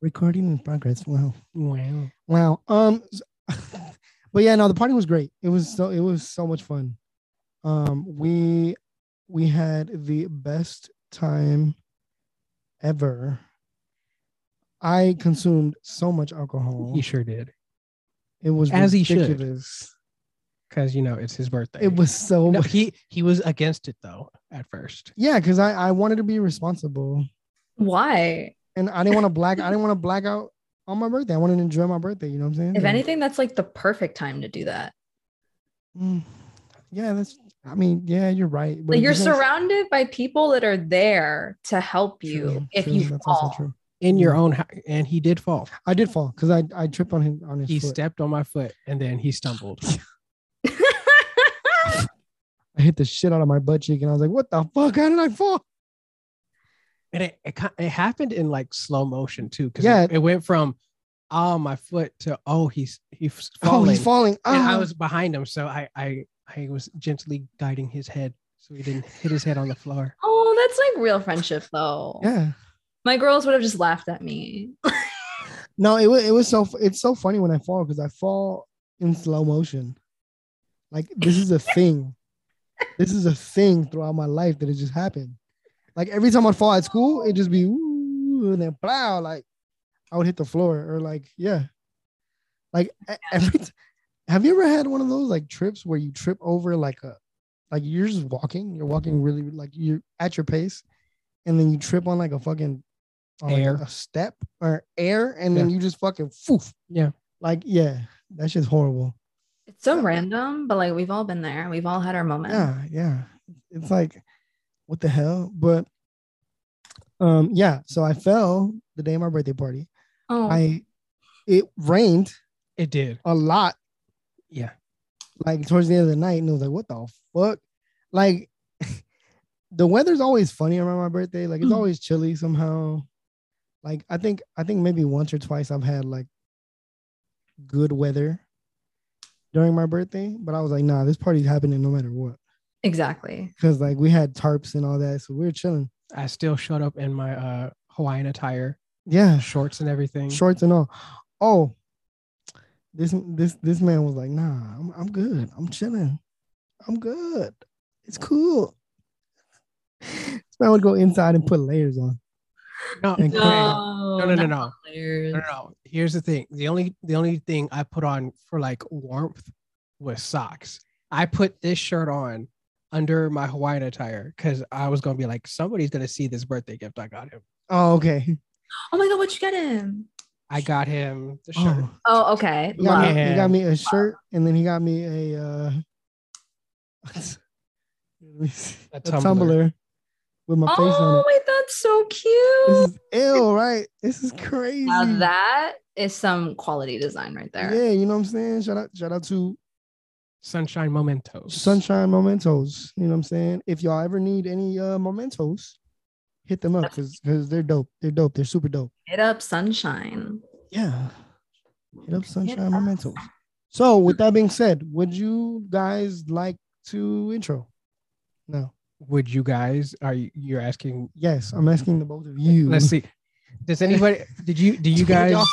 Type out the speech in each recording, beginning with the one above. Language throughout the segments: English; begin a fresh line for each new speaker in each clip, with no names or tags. Recording in progress. Wow.
Wow.
Wow. Um but yeah, no, the party was great. It was so it was so much fun. Um we we had the best time ever. I consumed so much alcohol.
You sure did.
It was
As he should.
ridiculous.
Because you know it's his birthday.
It was so
No, he he was against it though at first.
yeah, because I, I wanted to be responsible.
Why?
and I didn't want to black. I didn't want to black out on my birthday. I wanted to enjoy my birthday. You know what I'm saying?
If
Like,
anything, that's like the perfect time to do that.
mm, yeah, that's. I mean, yeah, you're right. but
Like
it
you're
depends-
surrounded by people that are there to help you
True,
if
true,
you
that's also
fall.
true.
In
Mm.
your own, hou- and he did fall.
I did fall because I I tripped on him on his
He
foot.
stepped on my foot and then he stumbled.
I hit the shit out of my butt cheek, and I was like, "What the fuck? How did I fall?"
and it, it ki- it happened in like slow motion too because
Yeah.
it, it went from oh my foot to oh he's he's
Oh,
falling.
he's falling.
and I
Ah.
was behind him, so I I I was gently guiding his head so he didn't hit his head on the floor.
oh, that's like real friendship though.
Yeah.
My girls would have just laughed at me.
No, it was it was so fu- it's so funny when I fall because I fall in slow motion. Like this is a thing. this is a thing throughout my life that has just happened. Like every time I fall at school, it just be ooh and then plow. Like I would hit the floor or like yeah. Like e- every t- have you ever had one of those like trips where you trip over like a like you're just walking, you're walking really like you're at your pace, and then you trip on like a fucking on, like,
Air.
a step or air, and then you just fucking foof.
Yeah.
Like, yeah, that's just horrible.
It's so random, but like we've all been there. We've all had our moment.
Yeah, yeah. It's like, what the hell? But um, yeah, so I fell the day of my birthday party.
Oh,
I it rained
It did.
a lot
Yeah.
like towards the end of the night, and it was like, what the fuck? Like, the weather's always funny around my birthday. Like, it's
Mhm.
always chilly somehow. Like, I think I think maybe once or twice I've had like good weather during my birthday, but I was like, nah, this party's happening no matter what,
exactly.
because like we had tarps and all that, so we were chilling.
I still showed up in my uh Hawaiian attire,
Yeah,
shorts and everything.
shorts and all. Oh, this this this man was like, nah, I'm I'm good. I'm chilling. I'm good. It's cool. This man would go inside and put layers on.
No,
And
no,
Oh,
no, no, no, no, no, no, no. Here's the thing. The only the only thing I put on for like warmth was socks. I put this shirt on under my Hawaiian attire because I was gonna be like, somebody's gonna see this birthday gift I got him.
Oh, okay.
Oh my god, what you get him?
I got him the shirt.
Oh,
Oh, okay.
he, got
Love.
me, he
Yeah.
got me a shirt, and then he got me a uh,
A
a
tumbler.
tumbler with my face on
Oh
it.
wait, that's so
This
cute.
is
Oh!
ill, right? This is crazy.
Now that is some quality design right there.
Yeah, you know what I'm saying. Shout out, shout out to
Sunshine Mementos.
Sunshine Mementos. You know what I'm saying? If y'all ever need any uh mementos, hit them up because they're dope. They're dope. They're super dope.
Hit up sunshine.
Yeah. Hit up Sunshine
up.
Mementos. So with that being said, would you guys like to intro? No.
Would you guys are you, you're asking?
Yes, I'm asking the both of you.
Let's see. Does anybody? Did you? Do you
Would y'all-
guys?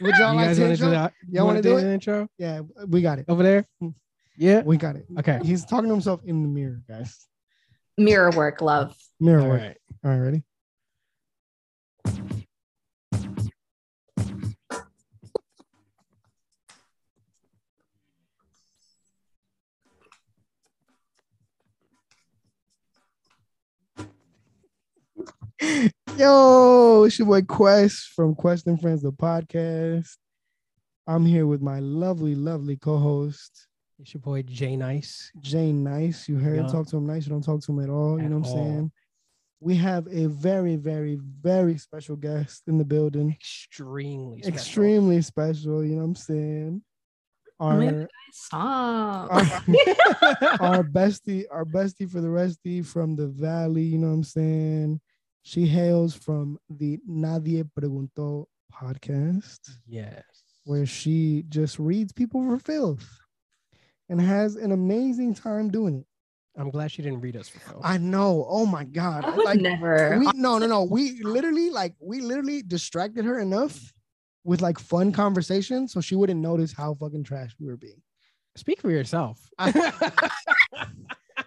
Would y'all
you
like
guys
to
want to do
intro?
that?
Y'all wanna
wanna
do
an intro
Yeah, we got it.
over there? Yeah.
We got it.
Okay.
He's talking to himself in the mirror, guys.
Mirror work, love.
Mirror.
All
work.
right.
All right, ready? Yo, it's your boy Quest from Quest and Friends, the podcast. I'm here with my lovely, lovely co-host
It's your boy Jay Nice.
Jane Nice. You heard
Yeah.
talk to him nice, you don't talk to him at all. You
At
know what I'm
all.
saying? We have a very, very, very special guest in the building.
Extremely. Special.
Extremely special, you know what I'm saying?
Oh my
Our our,
Stop.
our bestie, our bestie for the restie from the valley, you know what I'm saying? She hails from the Nadie Preguntó podcast
yes.
where she just reads people for filth and has an amazing time doing it.
I'm glad she didn't read us. Bro.
I know. Oh my god.
I would
like
never.
we no no no. We literally like we literally distracted her enough with like fun conversation so she wouldn't notice how fucking trash we were being.
Speak for yourself.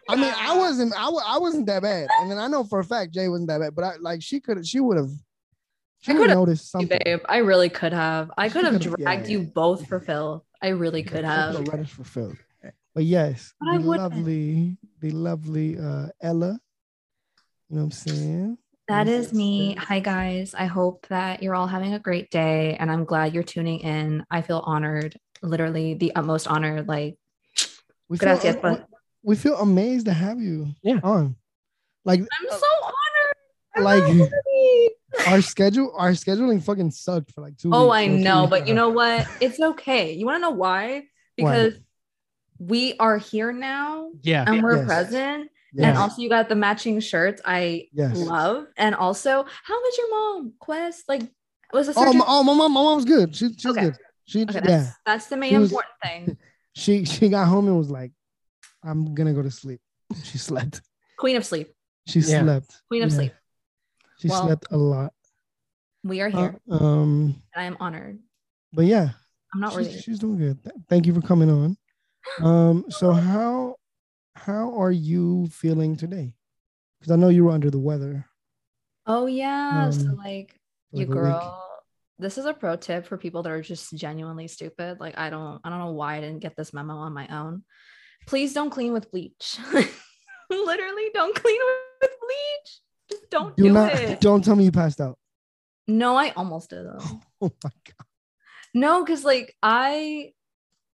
I mean, I wasn't I, wa- I wasn't that bad. And then I know for a fact Jay wasn't that bad, but I like she could she would have she
I
would have
could've-
noticed
You,
something.
babe, I really could have. I could have
could've-
dragged
yeah.
you both for Phil. I really could have.
The lettuce fulfilled. But yes,
But I
the
wouldn't.
lovely, the lovely uh Ella. You know what I'm saying?
That
Yes,
is me.
yes.
Hi, guys. I hope that you're all having a great day and I'm glad you're tuning in. I feel honored, literally the utmost honor. Like,
We
Gracias,
Feel,
pues.
we feel amazed to have you
Yeah.
on. Like
I'm so honored. I'm
Oh. Like-
honored.
our schedule, our scheduling fucking sucked for like two.
Oh,
weeks,
I
or three
know.
weeks.
But you know what? It's okay. You want to know why? Because we are here now
yeah.
and we're
Yes.
present.
Yes.
And also, you got the matching shirts I
Yes.
love. And also, how was your mom, Quest? Like, was a
Oh,
surgeon?
my, oh, my mom, my mom's good. She, she's
Okay.
good. She,
okay, that's,
yeah,
that's the main
She was-
important thing.
she, she got home and was like, "I'm gonna go to sleep." She slept.
Queen of sleep.
She
Yeah.
slept.
Queen of
Yeah.
sleep.
She
Well,
slept a lot.
We are here.
Uh, um,
and I am honored.
but yeah,
I'm not
she's,
worthy.
she's doing good. Th- Thank you for coming on. Um, so how, how are you feeling today? Because I know you were under the weather.
Oh yeah. so
Um,
like
for,
you
like, a week.
girl. This is a pro tip for people that are just genuinely stupid. Like I don't I don't know why I didn't get this memo on my own. Please don't clean with bleach. Literally don't clean with bleach. Just don't do,
Do not.
it.
Don't tell me you passed out.
No, I almost did though.
Oh my god.
No, because like I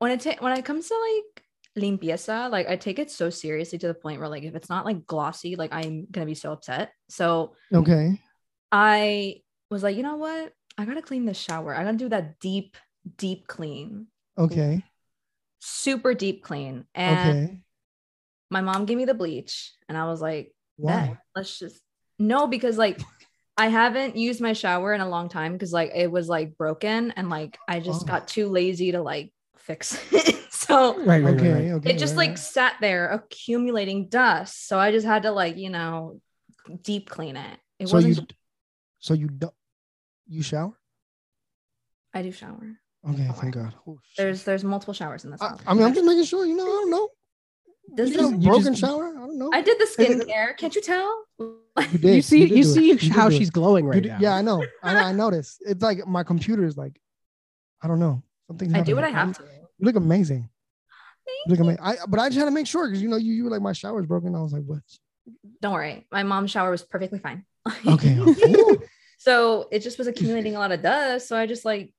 when it ta- when it comes to like limpieza, like I take it so seriously to the point where like if it's not like glossy, like I'm gonna be so upset. So
Okay.
I was like, you know what? I gotta clean the shower. I gotta do that deep, deep clean,
Okay.
super deep clean. And
Okay.
my mom gave me the bleach, and I was like,
Why?
"Bet. let's just no, because like I haven't used my shower in a long time because like it was like broken, and like I just
Oh.
got too lazy to like fix it. so
Right, right, right,
Okay.
right.
Okay.
it just
right,
like
right.
sat there accumulating dust. So I just had to like you know deep clean it. It
so
wasn't.
you, so you don't, you shower?
I do shower.
Okay.
Shower.
Thank God. Oh, shit.
There's there's multiple showers in this
I,
house.
I mean, I'm just making sure. You know, I don't know.
This
you
is-
got a
you
broken
just-
shower. I don't know.
I did the
Hey, look-
skincare. Can't you tell?
you,
You
did,
see,
did
you
do it.
see
did
how
do it.
she's glowing
You
right
did-
now.
Yeah, I know. I know. I noticed. It's like my computer is like, I don't know. Something's
I do what I
happening.
have
I'm-
to.
You look amazing. You
Thank
look amazing. I, but I just had to make sure because you know you, you were like my shower's broken. I was like, what?
you. Don't worry. My mom's shower was perfectly fine.
Okay. Ooh.
so it just was accumulating a lot of dust. So I just like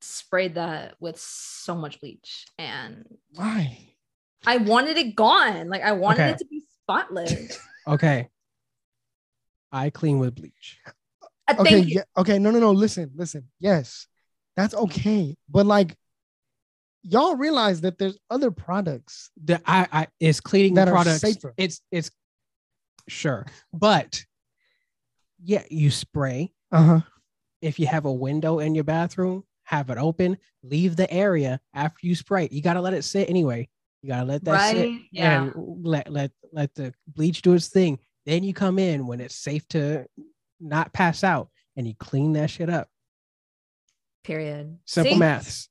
sprayed that with so much bleach. And
Why?
I wanted it gone. Like I wanted
Okay.
it to be spotless. Uh,
Okay. I clean with bleach.
Uh, thank
okay
you.
yeah, okay no no no listen listen yes that's okay but like y'all realize that there's other products
The I, I is cleaning
That are
products.
safer.
It's it's sure, but yeah, you spray.
uh-huh
If you have a window in your bathroom, have it open. Leave the area after you spray. You gotta let it sit anyway. You gotta let that sit
Right. Yeah.
and let let let the bleach do its thing. Then you come in when it's safe to not pass out, and you clean that shit up.
Period.
Simple
See?
maths.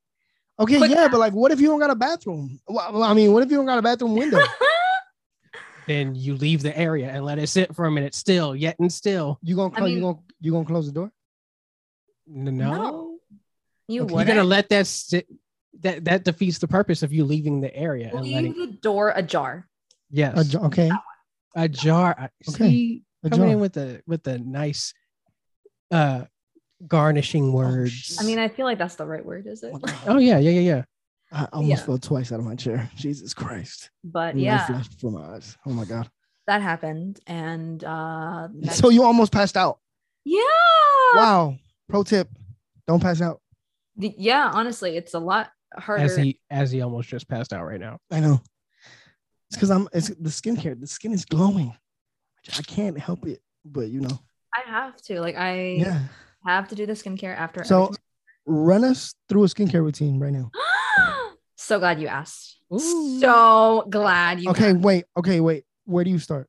okay
Quick-
yeah but like what if you don't got a bathroom Wha- well, i mean what if you don't got a bathroom window
Then you leave the area and let it sit for a minute, still, yet and still.
you gonna
I
close you
mean-
gonna you gonna close the door
N- No,
no. You
Okay.
you're
wouldn't
gonna let that sit. That that defeats the purpose of you leaving the area and
leave
letting.
the door ajar.
a
Yes,
jar, okay
a jar. I-
Okay.
See,
a
coming in
jar.
with the with the nice, uh, garnishing words.
Oh, I mean, I feel like that's the right word, is it?
Oh, God.
oh yeah, yeah, yeah, yeah.
i almost
Yeah.
fell twice out of my chair jesus christ
But
And light
yeah,
flashed from my eyes oh my god
that happened. And uh next-
so you almost passed out
yeah. Ah.
wow pro tip don't pass out
The- Yeah, honestly, it's a lot harder.
As he as he almost just passed out right now.
I know. It's because I'm it's the skincare. The skin is glowing. I can't help it, but you know.
I have to like I
Yeah.
have to do the skincare after. every
So
single-
run us through a skincare routine right now.
So glad you asked.
Ooh.
So glad you.
Okay,
asked.
wait. Okay, wait. Where do you start?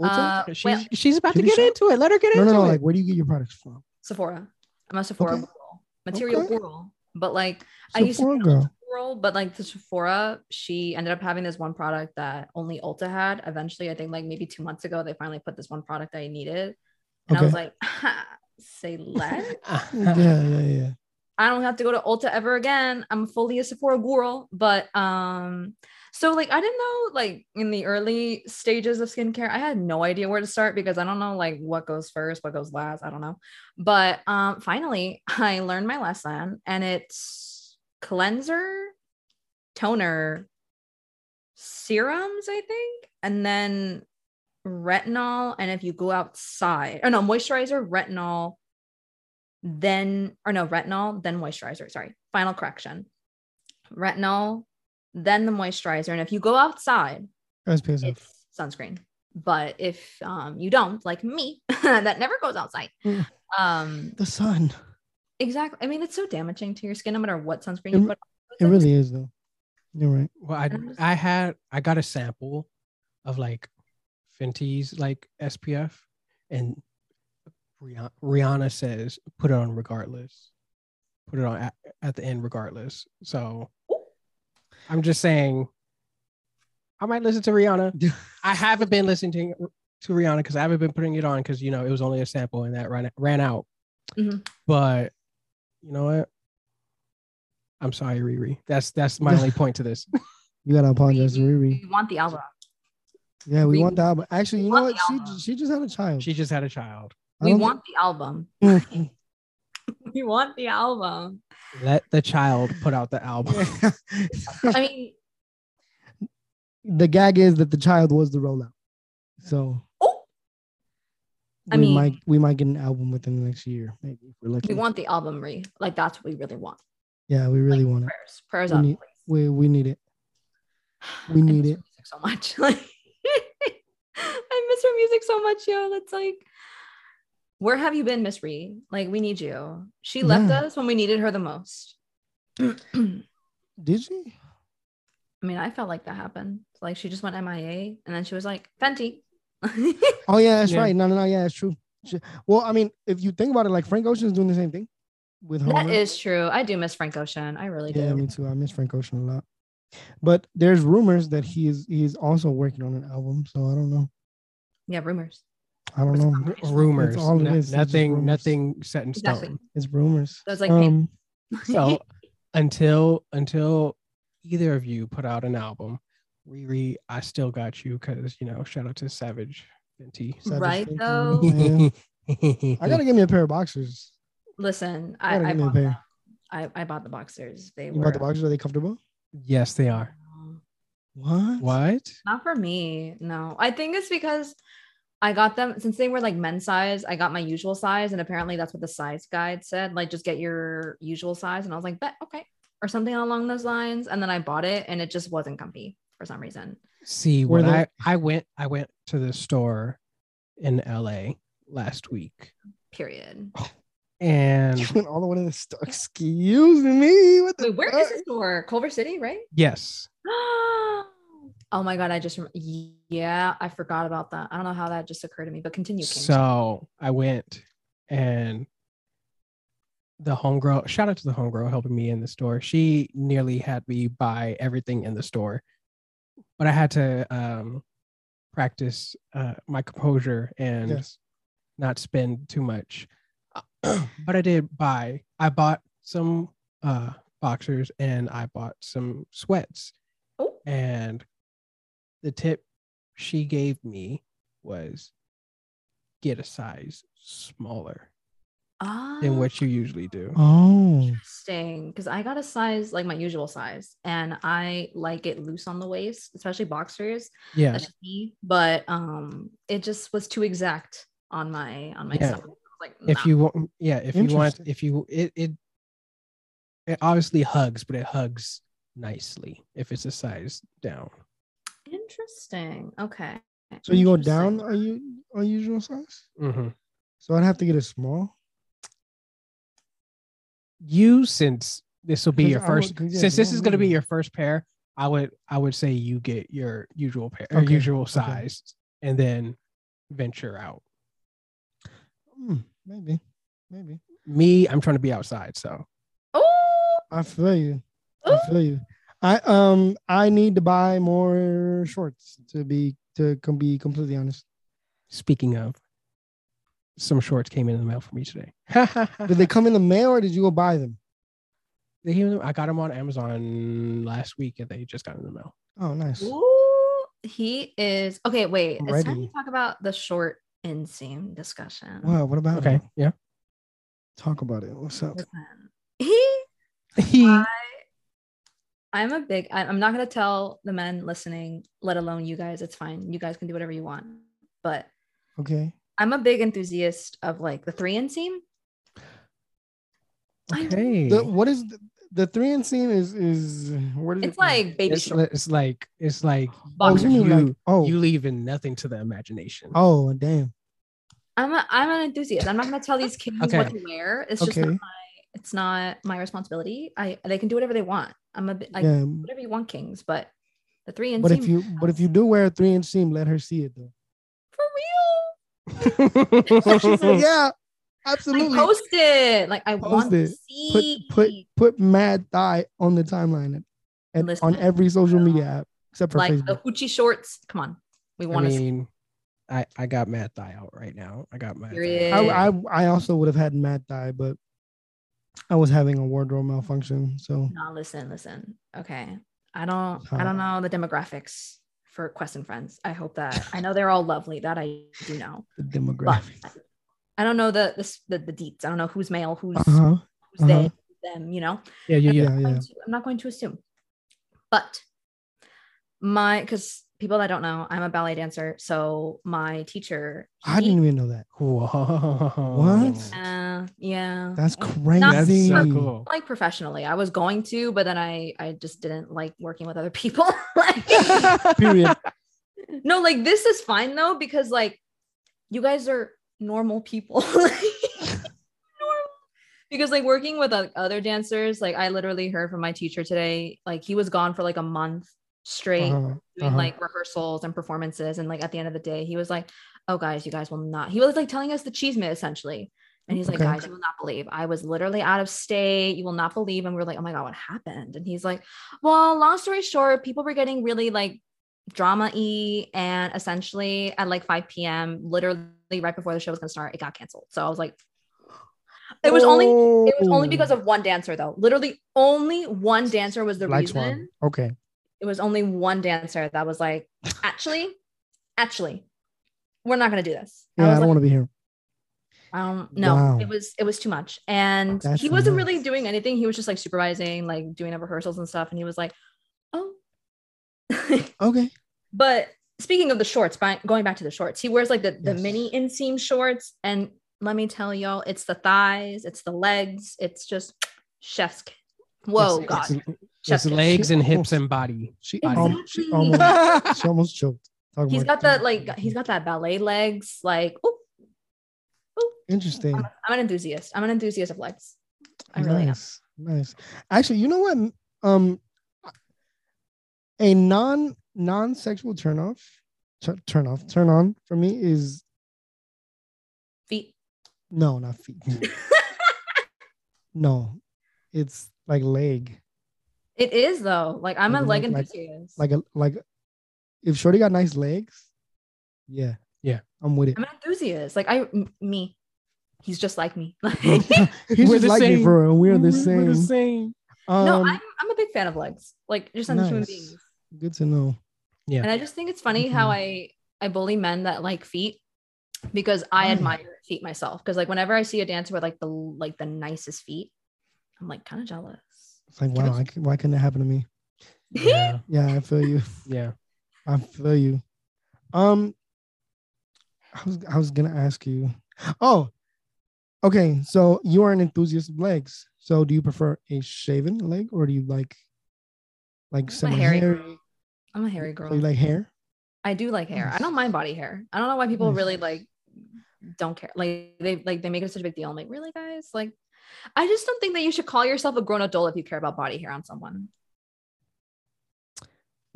Ulta?
Uh,
she's,
well,
she's about to
Can you
get into it. Let her get
no,
into
no, no.
it.
Like, where do you get your products from?
Sephora. I'm a Sephora
Okay.
girl. Material
Okay.
girl. But like I used to
Sephora
be
girl.
girl, but like the Sephora, she ended up having this one product that only Ulta had. Eventually, I think like maybe two months ago, they finally put this one product I needed. And I was like, say less.
yeah, yeah, yeah.
I don't have to go to Ulta ever again. I'm fully a Sephora girl. But um, so like I didn't know like in the early stages of skincare, I had no idea where to start because I don't know like what goes first, what goes last. I don't know. But um, finally, I learned my lesson, and it's cleanser, toner, serums, I think, and then retinol. And if you go outside, oh no, moisturizer, retinol, then or no retinol then moisturizer sorry final correction retinol then the moisturizer and if you go outside
SPSF.
it's sunscreen but if um, you don't like me that never goes outside
Mm.
um
The sun.
exactly i mean it's so damaging to your skin no matter what sunscreen
It-
you put
It really is though. You're right.
Well, I
I'm just-
I had I got a sample of like Fenty's like SPF, and Rihanna, Rihanna says put it on regardless, put it on at, at the end regardless. So I'm just saying, I might listen to Rihanna. I haven't been listening to, to Rihanna because I haven't been putting it on because you know it was only a sample and that ran ran out.
Mhm.
But you know what? I'm sorry, Riri. That's that's my only point to this.
You gotta apologize, to Riri.
you want the album
Yeah, we
We-
want the album. Actually,
we
you know what?
want the
She
album.
she just had a child.
She just had a child.
I
we
don't
want the album
think-
we want the album
Let the child put out the album.
i mean
the gag is that the child was the rollout. So
oh I
we
mean-
might we might get an album within the next year, maybe if we're lucky.
we want the album re like that's what we really want
yeah, we really want it.
prayers prayers
We
up
need-
please.
We we need it. We
I
need
miss
it.
her music so much. Like, I miss her music so much, yo. That's like, where have you been, Miss Ree? Like, we need you. She left
Yeah.
us when we needed her the most. I
Did she?
mean, I felt like that happened. Like, she just went MIA, and then she was like, Fenty.
Oh yeah, that's
Yeah.
right. No, no, no. Yeah, that's true. She- well, I mean, if you think about it, like Frank Ocean's doing the same thing with Homer.
that is true. I do miss Frank Ocean. I really do.
Yeah, me too. I miss Frank Ocean a lot. But there's rumors that he is he is also working on an album. So I don't know.
yeah, rumors.
I don't know.
R- rumors.
all it
No-
is, it's just
nothing.
rumors.
Nothing set in stone.
Exactly.
It's rumors.
So it's like paint.
um,
So until until either of you put out an album, Riri, I still got you because you know shout out to Savage Fenty.
Savage
Right,
Fenty,
though?
man. I gotta give me a pair of boxers.
Listen,
I
I,
gotta
I,
give me a
bought them.
pair.
I, I bought the boxers. They
You
were
bought the boxers? Are they comfortable?
yes, they are.
Um,
What?
What?
Not for me. No, I think it's because I got them since they were like men's size. I got my usual size, and apparently that's what the size guide said. Like, just get your usual size, and I was like, bet okay, or something along those lines. And then I bought it, and it just wasn't comfy for some reason.
See,
Were
when
they-
I I went I went to the store in L.A. last week
Period.
You
and
went all the way to the store. Excuse me. What the
Wait, where is the store? Culver City, right?
yes,
oh my god, I just rem- yeah, I forgot about that. I don't know how that just occurred to me, but continue. King.
So I went and the homegirl, shout out to the homegirl helping me in the store. She nearly had me buy everything in the store, but I had to um, practice uh, my composure and
Yes.
not spend too much. but I did buy, I bought some uh, boxers and I bought some sweats
Oh,
and the tip she gave me was get a size smaller
ah.
than what you usually do.
Oh.
interesting because I got a size like my usual size, and I like it loose on the waist, especially boxers.
Yeah.
That's just me. But um, it just was too exact on my on my
Yeah.
stomach. I was Like,
If
nah.
you want, yeah, if you want,
Interesting.
if you it it it obviously hugs, but it hugs nicely if it's a size down.
interesting, okay.
So you go down
Interesting.
on you on usual size?
Mhm.
So I'd have to get a small.
You since this will be your
Because I would-
first
'cause, yeah,
since this
yeah,
is going to be
really.
your first pair i would i would say you get your usual pair or
Okay,
usual size and then venture out
Hmm, maybe, maybe.
me i'm trying to be outside so
Oh,
I feel you. I
Ooh.
feel you. I um I need to buy more shorts to be to com- be completely honest.
speaking of some shorts came in the mail for me today
Did they come in the mail or did you go buy them?
They came in the- i got them on amazon last week and they just got in the mail
Oh, nice.
ooh, he is okay. Wait,
I'm
it's time
ready.
to talk about the short inseam discussion.
Wow, what about
okay
it?
yeah
Talk about it. What's up?
Listen, He
he
I'm a big, I- I'm not going to tell the men listening, let alone you guys. It's fine. You guys can do whatever you want. But
Okay.
I'm a big enthusiast of like the three inseam. I-
okay
The, what is the, the three and scene is is what is
It's
it?
like baby
it's,
shorts.
it's like it's like
oh,
boxer
you mean like
you-
oh
you leaving nothing to the imagination
oh damn
I'm a, I'm an enthusiast. I'm not going to tell these kids
Okay.
what to wear. It's just
Okay.
not my, it's not my responsibility. I they can do whatever they want. I'm a bit like
yeah.
whatever you want, kings. But the three inseam.
But if you but if you do wear a three inch seam, let her see it though.
for real,
She said, yeah, absolutely.
like, post it. Like I want
Post
to
it.
see.
put put put mad thigh on the timeline and
Listen,
on every social
no.
media app except for
like the
Facebook.
hoochie shorts. Come on, we
I
want to see.
mean, I I got Matt Thigh out right now. I got Matt. Thigh.
Period.
I, I I also would have had mad thigh, but I was having a wardrobe malfunction, so
No, listen, listen. Okay, I don't, I don't know the demographics for Quest and Friends. I hope that I know they're all lovely. That I do know.
the
But
demographic.
I don't know the the s- the, the deets. I don't know who's male, who's
Uh huh.
who's they,
uh-huh.
who's them. You know.
yeah, yeah, yeah.
Yeah,
I'm
yeah.
going to- I'm not going to assume. But my, because people that don't know, I'm a ballet dancer. So my teacher,
I
he-
didn't even know that.
Whoa.
What?
uh, yeah,
That's
I-
crazy.
That's so cool.
like professionally. I was going to, but then I, I just didn't like working with other people. Like,
Period.
no, like this is fine though because like you guys are normal people. Like, normal. Because like working with o- other dancers, like I literally heard from my teacher today, like he was gone for like a month straight.
Uh-huh.
doing
Uh-huh.
like rehearsals and performances. And like at the end of the day, he was like, Oh, guys, you guys will not. He was like telling us the cheese mitt essentially. And he's like,
Okay.
Guys, you will not believe. I was literally out of state. You will not believe. And we were like, Oh my God, what happened? And he's like, Well, long story short, people were getting really like drama y. And essentially at like 5 p.m., literally right before the show was going to start, it got canceled. So I was like, It was only. It was only
Oh.
because of one dancer, though. Literally, only one dancer was the
Black
reason
Swan. Okay.
it was only one dancer that was like, actually, actually, we're not gonna do this.
Yeah, I,
I was
don't
like,
want to be here.
um, no,
Wow.
it was it was too much. And
That's
he wasn't really
nuts.
doing anything. He was just like supervising, like doing the rehearsals and stuff. And he was like, oh.
Okay.
but speaking of the shorts, by, going back to the shorts, he wears like the, the
Yes.
mini inseam shorts. And let me tell y'all, it's the thighs, it's the legs, it's just chef's. kiss. Whoa,
It's-
God.
it's-
Chef's
It's
kiss.
legs and hips and body.
She,
Body.
um, she
Exactly.
almost she almost choked. Talking
He's
about-
got that like he's got that ballet legs, like oh,
interesting.
I'm, I'm an enthusiast. I'm an enthusiast of legs. I really am.
nice, Nice. Actually, you know what? Um, a non non sexual turn off, tu- turn off, turn on for me is
Feet.
no, not feet. no, it's like leg,
It is though. Like I'm a
Like, like-
leg
like-
enthusiast.
like a like. If Shorty got nice legs, yeah,
Yeah.
I'm with it.
I'm an enthusiast. Like I m- me. He's just like me. Like
He's
We're
just
the
like me
same.
for real. We're the
We're
same.
the same.
Um,
no, I'm, I'm a big fan of legs. Like just as human
nice. Mm-hmm.
beings.
good to know.
Yeah.
And I just think it's funny how I I bully men that like feet because I
Why?
admire feet myself. Because like whenever I see a dancer with like the like the nicest feet, I'm like kind of jealous.
It's like wow, I, c- why couldn't it happen to me?
Yeah.
Yeah, I feel you.
Yeah.
I feel you. Um, I was I was gonna ask you. Oh, okay. So you are an enthusiast of legs. So do you prefer a shaven leg or do you like like
I'm a
semi
hairy
hair?
girl. I'm a hairy girl.
So you like hair?
I do like hair. I
Nice.
don't mind body hair. I don't know why people
Nice.
really like don't care. Like they like they make it such a big deal. I'm like, really guys? Like I just don't think that you should call yourself a grown adult if you care about body hair on someone.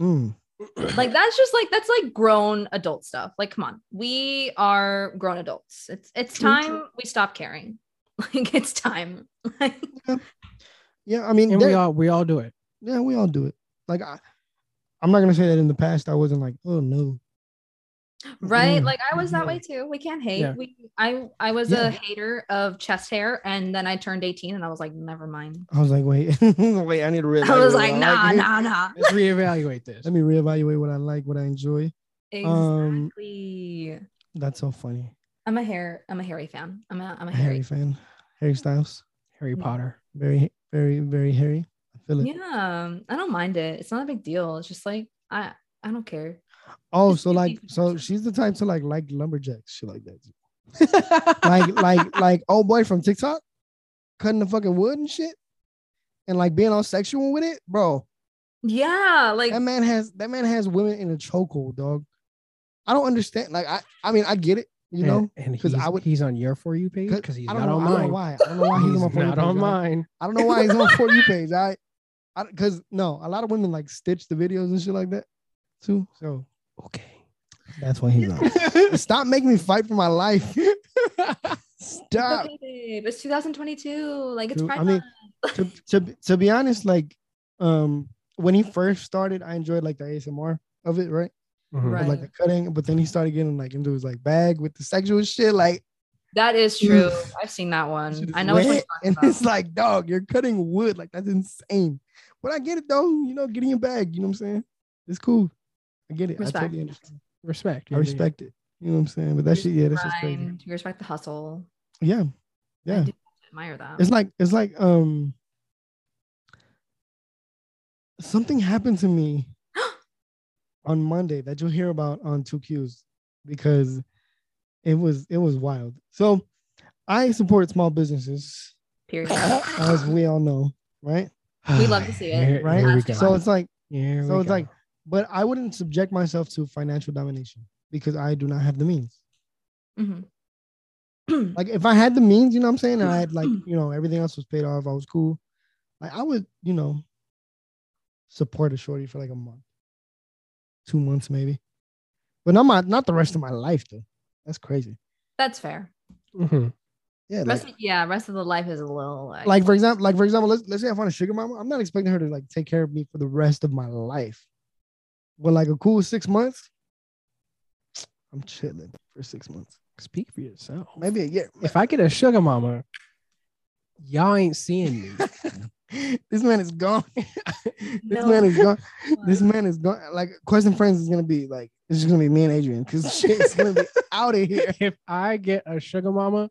Mm.
Like that's just like that's like grown adult stuff. Like, come on, we are grown adults. It's it's
True,
time
true.
we stop caring. Like it's time. Like,
Yeah, I mean,
And
that-
we all we all do it.
yeah, we all do it. Like, I, I'm not gonna say that in the past I wasn't like, oh no,
right?
Mm,
Like I was that
yeah.
way too. We can't hate.
Yeah.
We I I was
Yeah.
a hater of chest hair, and then I turned 18 and I was like, never mind.
I was like, wait, wait, I need to reevaluate.
I was
what
like, nah,
here.
nah, nah.
Let's reevaluate this.
Let me reevaluate what I like, what I enjoy. Um,
Exactly.
That's so funny.
I'm a hair, I'm a hairy fan. I'm a I'm a
Harry
hairy.
fan, Harry Styles,
Harry Potter.
very, very, very hairy. I feel it.
Yeah. I don't mind it. It's not a big deal. It's just like I I don't care.
Oh,
Just
so
give me
like,
the
so
person.
she's the type to like like lumberjacks, shit like that. like, like, like, old boy from TikTok, cutting the fucking wood and shit, and like being all sexual with it, bro.
Yeah, like
That man has that man has women in a chokehold, dog. I don't understand. Like, I, I mean, I get it, you know.
and, and
'cause
he's,
I would-
he's on your for you page
'cause
because he's
I don't
not
know,
on
I don't know
mine.
why. I don't know why he's on my
He's
phone.
not on mine.
I don't know why he's on for you page. I, I, because no, a lot of women like stitch the videos and shit like that too. So
Okay.
that's why he's on. Stop making me fight for my life.
it's
Stop.
okay, babe. It's 2022. Like it's
Dude,
Pride
I mean,
Month.
to, to, to be honest, like um when he first started, I enjoyed like the ASMR of it, right? Of,
Mhm.
like
Right.
the cutting, but then he started getting like into his like bag with the sexual shit. Like
That is true.
Oof.
I've seen that one.
shit is
Um, I know what you're
wet,
talking
and
about.
it's like, dog, you're cutting wood. Like that's insane. But I get it though. You know, getting your bag. You know what I'm saying? It's cool. I get it. I
Respect.
totally understand.
Respect.
I respect it. You know what I'm saying? But that shit, yeah, that's just crazy.
Grind, You respect the hustle.
Yeah,
I
yeah.
do admire that.
It's like it's like um something happened to me on Monday that you'll hear about on two Qs because it was it was wild. So I support small businesses,
Period.
as we all know, right?
We love to see it.
Here,
Right?
Here we go.
So it's like,
Here
so
we
it's
go.
like, but I wouldn't subject myself to financial domination because I do not have the means.
Mhm.
Like if I had the means, you know what I'm saying, and I had like, you know, everything else was paid off, I was cool. Like I would, you know, support a shorty for like a month, two months maybe, but not my not the rest of my life though. That's crazy.
That's fair.
Mhm.
Yeah, like,
Rest of, yeah, rest of the life is a little like,
like for example, like for example, let's let's say I find a sugar mama. I'm not expecting her to like take care of me for the rest of my life, but like a cool six months, I'm chilling for six months,
speak for yourself.
maybe a year.
If I get a sugar mama, y'all ain't seeing me.
this man is gone. this
No.
man is gone. This man is gone. Like question friends is gonna be like it's just gonna be me and Adrian because shit's gonna be out of here.
if I get a sugar mama,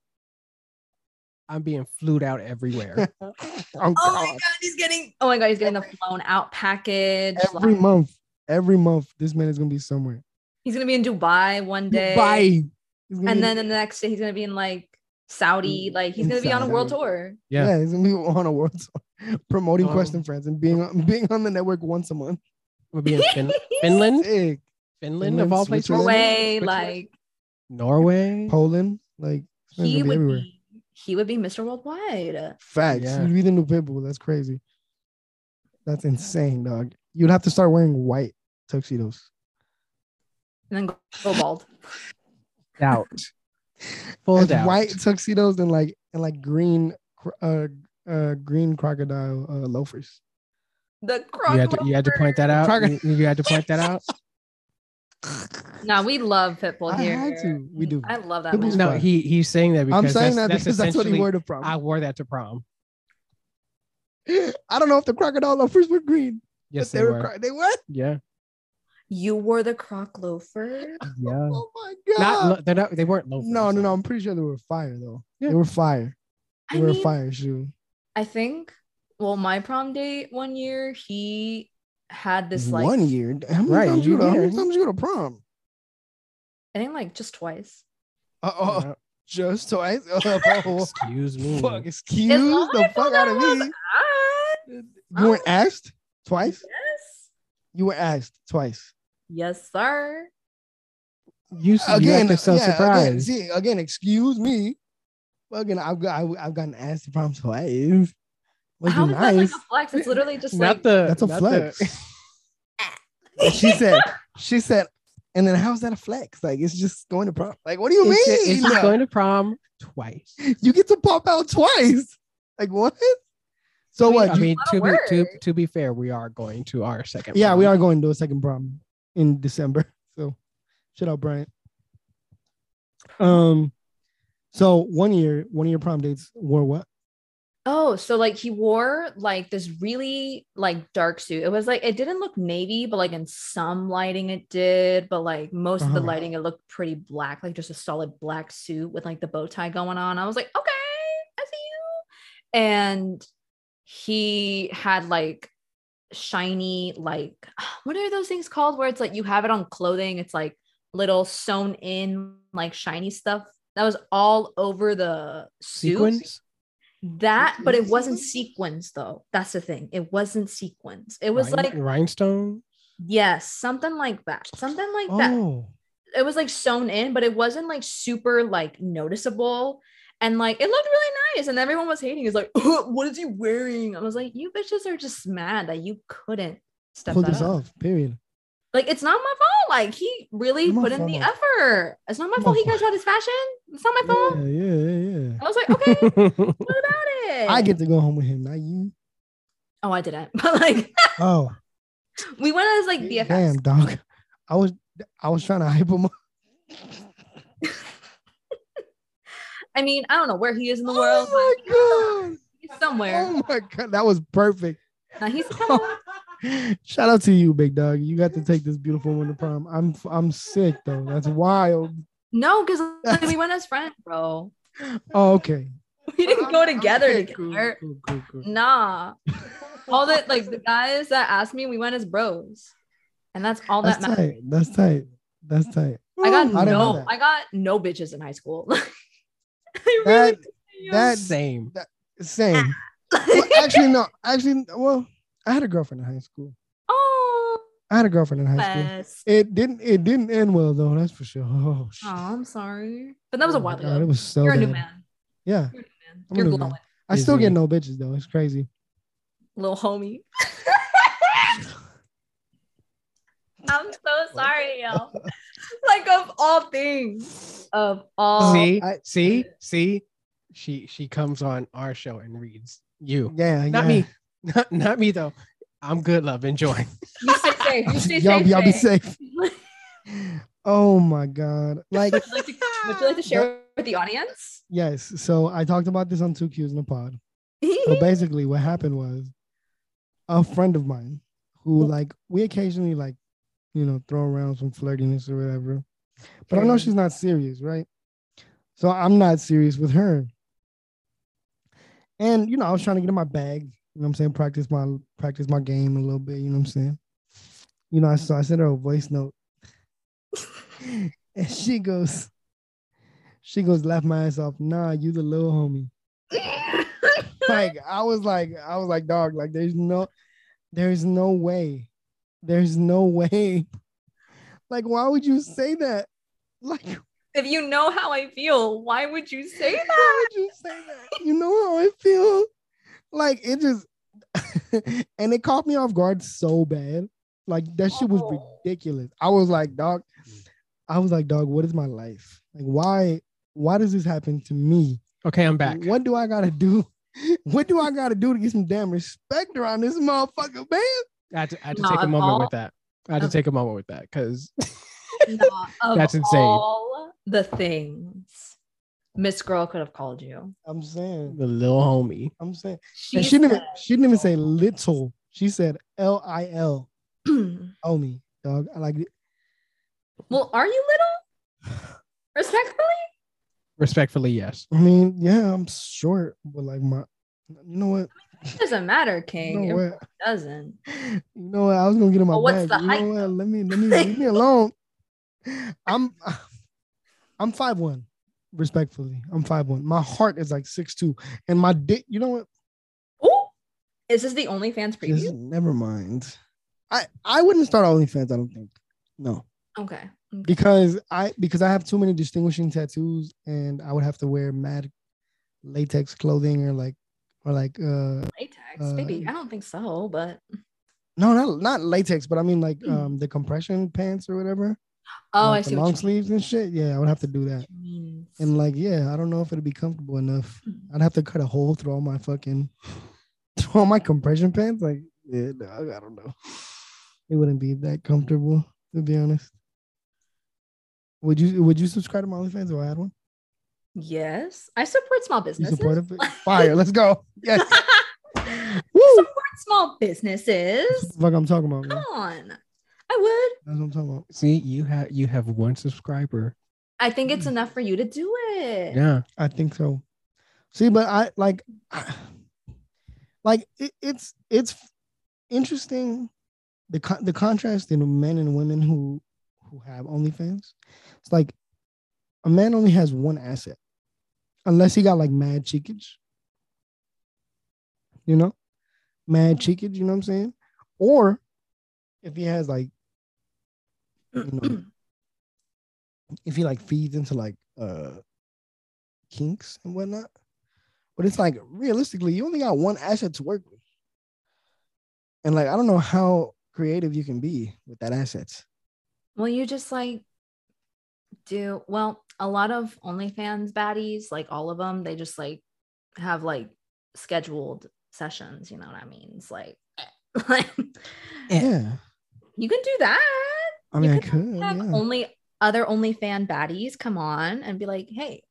I'm being flued out everywhere.
oh,
Oh my
God.
god, he's getting oh my god, he's getting the flown out package.
Every
like,
month, every month, this man is gonna be somewhere.
he's gonna be in Dubai one day.
Bye. He's gonna be-
And then the next day he's gonna be in like Saudi, like he's
in
gonna be on a
Mm, Saudi.
world tour.
yeah.
Yeah.
he's gonna be on a world tour, promoting
Um,
question friends and being on, being on the network once a month.
I'm gonna be in fin-
Hmm?
Finland,
Sick.
Finland of all places,
Switzerland.
Way
Switzerland,
like
Norway.
Poland, like this man's
he
gonna be
would
everywhere.
be he would be Mr. Worldwide.
Facts.
Yeah.
You'd be the new Pitbull. That's crazy. That's insane, dog. You'd have to start wearing white tuxedos.
And then go, go bald.
Doubt. Full
Like,
doubt.
White tuxedos and like and like green, cro- uh, uh, green crocodile uh, loafers.
The
You had, to, you had to point that out.
Crocker-
You, you had to point that out.
Now we love Pitbull
I
here.
had to. We do.
I love that.
Pitbull's
Man.
No,
fine.
he he's saying that because
I'm saying
that's,
that
that's
because that's what he
essentially-
wore to prom.
I wore that to prom.
I, don't know if the crocodile loafers were green.
Yes,
but they,
they
were.
were.
cro- they what?
Yeah,
You wore the croc loafer.
yeah.
Oh my god!
Not lo- they're not. They weren't loafers.
no, no, no. I'm pretty sure they were fire though.
Yeah.
They were fire. They
I
were
mean,
a fire shoe.
I think. Well, my prom date one year, he had this like
one year. How many
Right,
times you
you-
go to- how many
yeah.
times you go to prom?
I think like just twice.
Uh oh.
No.
just twice. Oh, oh,
Excuse me.
fuck, excuse
As long
the
as
fuck out of
I was
me.
asked,
You
Oh.
weren't asked twice.
Ah, Yes.
You were asked twice.
Yes, sir.
You, s- you acted so
yeah, again,
surprised.
see, again, excuse me. Well, again, I've got I've, I've gotten asked from twice. Was
How is that like
nice?
a flex? It's literally just
not
like
the
That's a
not
flex.
the-
And she said, she said, and then how's that a flex? Like it's just going to prom. Like what do you
it's, ju-
mean?
it's just going to prom twice.
you get to pop out twice. Like what? So
I mean,
what?
I
you-
mean,
What a
to be, to,
word.
to be fair, we are going to our second.
yeah,
prom.
we are going to a second prom in December. So shout out Bryant. Um, so one year, one of your prom dates wore what?
Oh, so like he wore like this really like dark suit. It was like it didn't look navy, but like in some lighting it did, but like most of the
Uh-huh.
lighting it looked pretty black, like just a solid black suit with like the bow tie going on. I was like, "Okay, I see you." And he had like shiny like what are those things called where it's like you have it on clothing, it's like little sewn in like shiny stuff. That was all over the suit
sequins.
that but it
Mhm.
wasn't sequins though that's the thing it wasn't sequins it was
rhin-
like
rhinestone.
yes something like that something like that
Oh,
it was like sewn in but it wasn't like super like noticeable and like it looked really nice and everyone was hating it's like what is he wearing i was like you bitches are just mad that you couldn't step
pull
that
this
up.
off. Period.
like it's not my fault like he really
Not my
put in the
fault.
effort it's not my
Not
fault he
my
guys had his fashion it's not my fault
Yeah, yeah, yeah, yeah.
i was like okay what about it
I get to go home with him, not you.
oh i didn't but like
Oh,
we went as like bffs
damn, dog. I was I was trying to hype him up.
I mean, I don't know where he is in the world.
Oh
but
my god!
He's somewhere.
Oh my god, that was perfect.
Now he's coming.
Shout out to you, big dog. You got to take this beautiful woman to prom. I'm I'm sick though. That's wild.
no, because like, we went as friends, bro.
Oh, okay.
We didn't go together.
Oh, Okay, cool,
together.
cool, cool, cool.
Nah. All that like the guys that asked me, we went as bros, and that's all that
That's
matters.
tight. That's tight. That's tight.
I got
I didn't know
no,
that.
I got no bitches in high school. I really
That
didn't.
that
Same.
same. Well, actually, no. Actually, well, I had a girlfriend in high school.
oh,
I had a girlfriend in high school.
best.
It didn't. It didn't end well though. That's for sure. Oh,
Oh, I'm sorry, but that was a while
It
ago.
was so.
You're a new
bad.
man.
Yeah,
You're a new man.
I'm a
You're
new man.
glowing,
I still
Is
get
it-
no bitches though. It's crazy.
little homie. I'm so sorry, yo. like of all things, of all.
see,
Oh, I-
see, see. She she comes on our show and reads you,
Yeah,
not
yeah.
me, not, not me though. I'm good, love. Enjoy.
You stay safe. You stay
y'all,
safe.
y'all be
Jay.
safe. Oh my god! Like
Would you like to, would you like to share with the audience?
yes. So I talked about this on two Qs in a pod. So basically, what happened was a friend of mine who like we occasionally like you know throw around some flirtiness or whatever, but I know she's not serious, right? So I'm not serious with her. And you know, I was trying to get in my bag. You know what I'm saying? Practice my practice my game a little bit. You know what I'm saying? You know, I so I sent her a voice note, and she goes, she goes, laugh my ass off. Nah, you the little homie. Like I was like, I was like, dog, like there's no, there's no way, there's no way. Like, why would you say that? Like,
if you know how I feel, why would you say that?
Why would you say that? You know how I feel? Like it just and it caught me off guard so bad. Like that shit was
Oh.
ridiculous. I was like, dog, I was like, dog, what is my life? Like, why why does this happen to me?
Okay, I'm back.
What do I gotta do? What do I gotta do to get some damn respect around this motherfucker, man?
I had to, I had to
No,
take a
of
moment
all-
with that. I had to
of-
take a moment with that because
Nah, of
That's insane.
All the things Miss Girl could have called you.
I'm saying,
the little homie.
I'm saying.
She
And she didn't even,
said-
she didn't even say little. She said L I L. Oh me, dog. I like
well, are you little? Respectfully.
Respectfully, yes.
I mean, yeah, I'm short, but like my, you know what?
It doesn't matter, King.
You know
it
what?
doesn't.
You know what? I was gonna get in my
But what's
bag.
the
you
height,
know what? Let me let me leave me alone. I'm I'm five one, respectfully. I'm five one. My heart is like six two, and my dick. You know what?
Oh, is this the OnlyFans preview?
Just never mind. I I wouldn't start OnlyFans. I don't think. No,
okay. okay.
because I because I have too many distinguishing tattoos, and I would have to wear mad latex clothing or like or like uh
Latex,
Uh,
maybe. I don't think so, but
no not not latex but I mean like um the compression pants or whatever.
Hmm. oh,
like
I
the
see.
long
What you,
sleeves and shit. Yeah, I would have to do that.
mean.
And like yeah, I don't know if it'd be comfortable enough.
Mm.
I'd have to cut a hole through all my fucking through all my compression pants. Like yeah, no, I don't know. It wouldn't be that comfortable to be honest. Would you would you subscribe to my OnlyFans if I had one?
Yes, I support small
You
businesses.
supportive? Fire, let's go. Yes.
I
Woo!
support small
That's
businesses.
what the fuck I'm talking about,
Come
man.
on. I would.
That's what I'm talking about.
See, you have you have one subscriber.
I think it's enough for you to do it.
Yeah.
I think so. See, but I like, like it, it's it's interesting the con- the contrast in men and women who who have OnlyFans. It's like a man only has one asset, unless he got like mad cheekage. You know, mad cheekage. You know what I'm saying? Or if he has like, you know, if he like feeds into like uh kinks and whatnot. But it's like realistically, you only got one asset to work with. And like I don't know how creative you can be with that asset.
Well, you just like do well, a lot of OnlyFans baddies, like all of them, they just like have like scheduled sessions, you know what I mean? It's like, like
Yeah.
Yeah.
you can do that.
I mean
you
I could.
have
Oh, yeah.
only other OnlyFan baddies come on and be like, hey,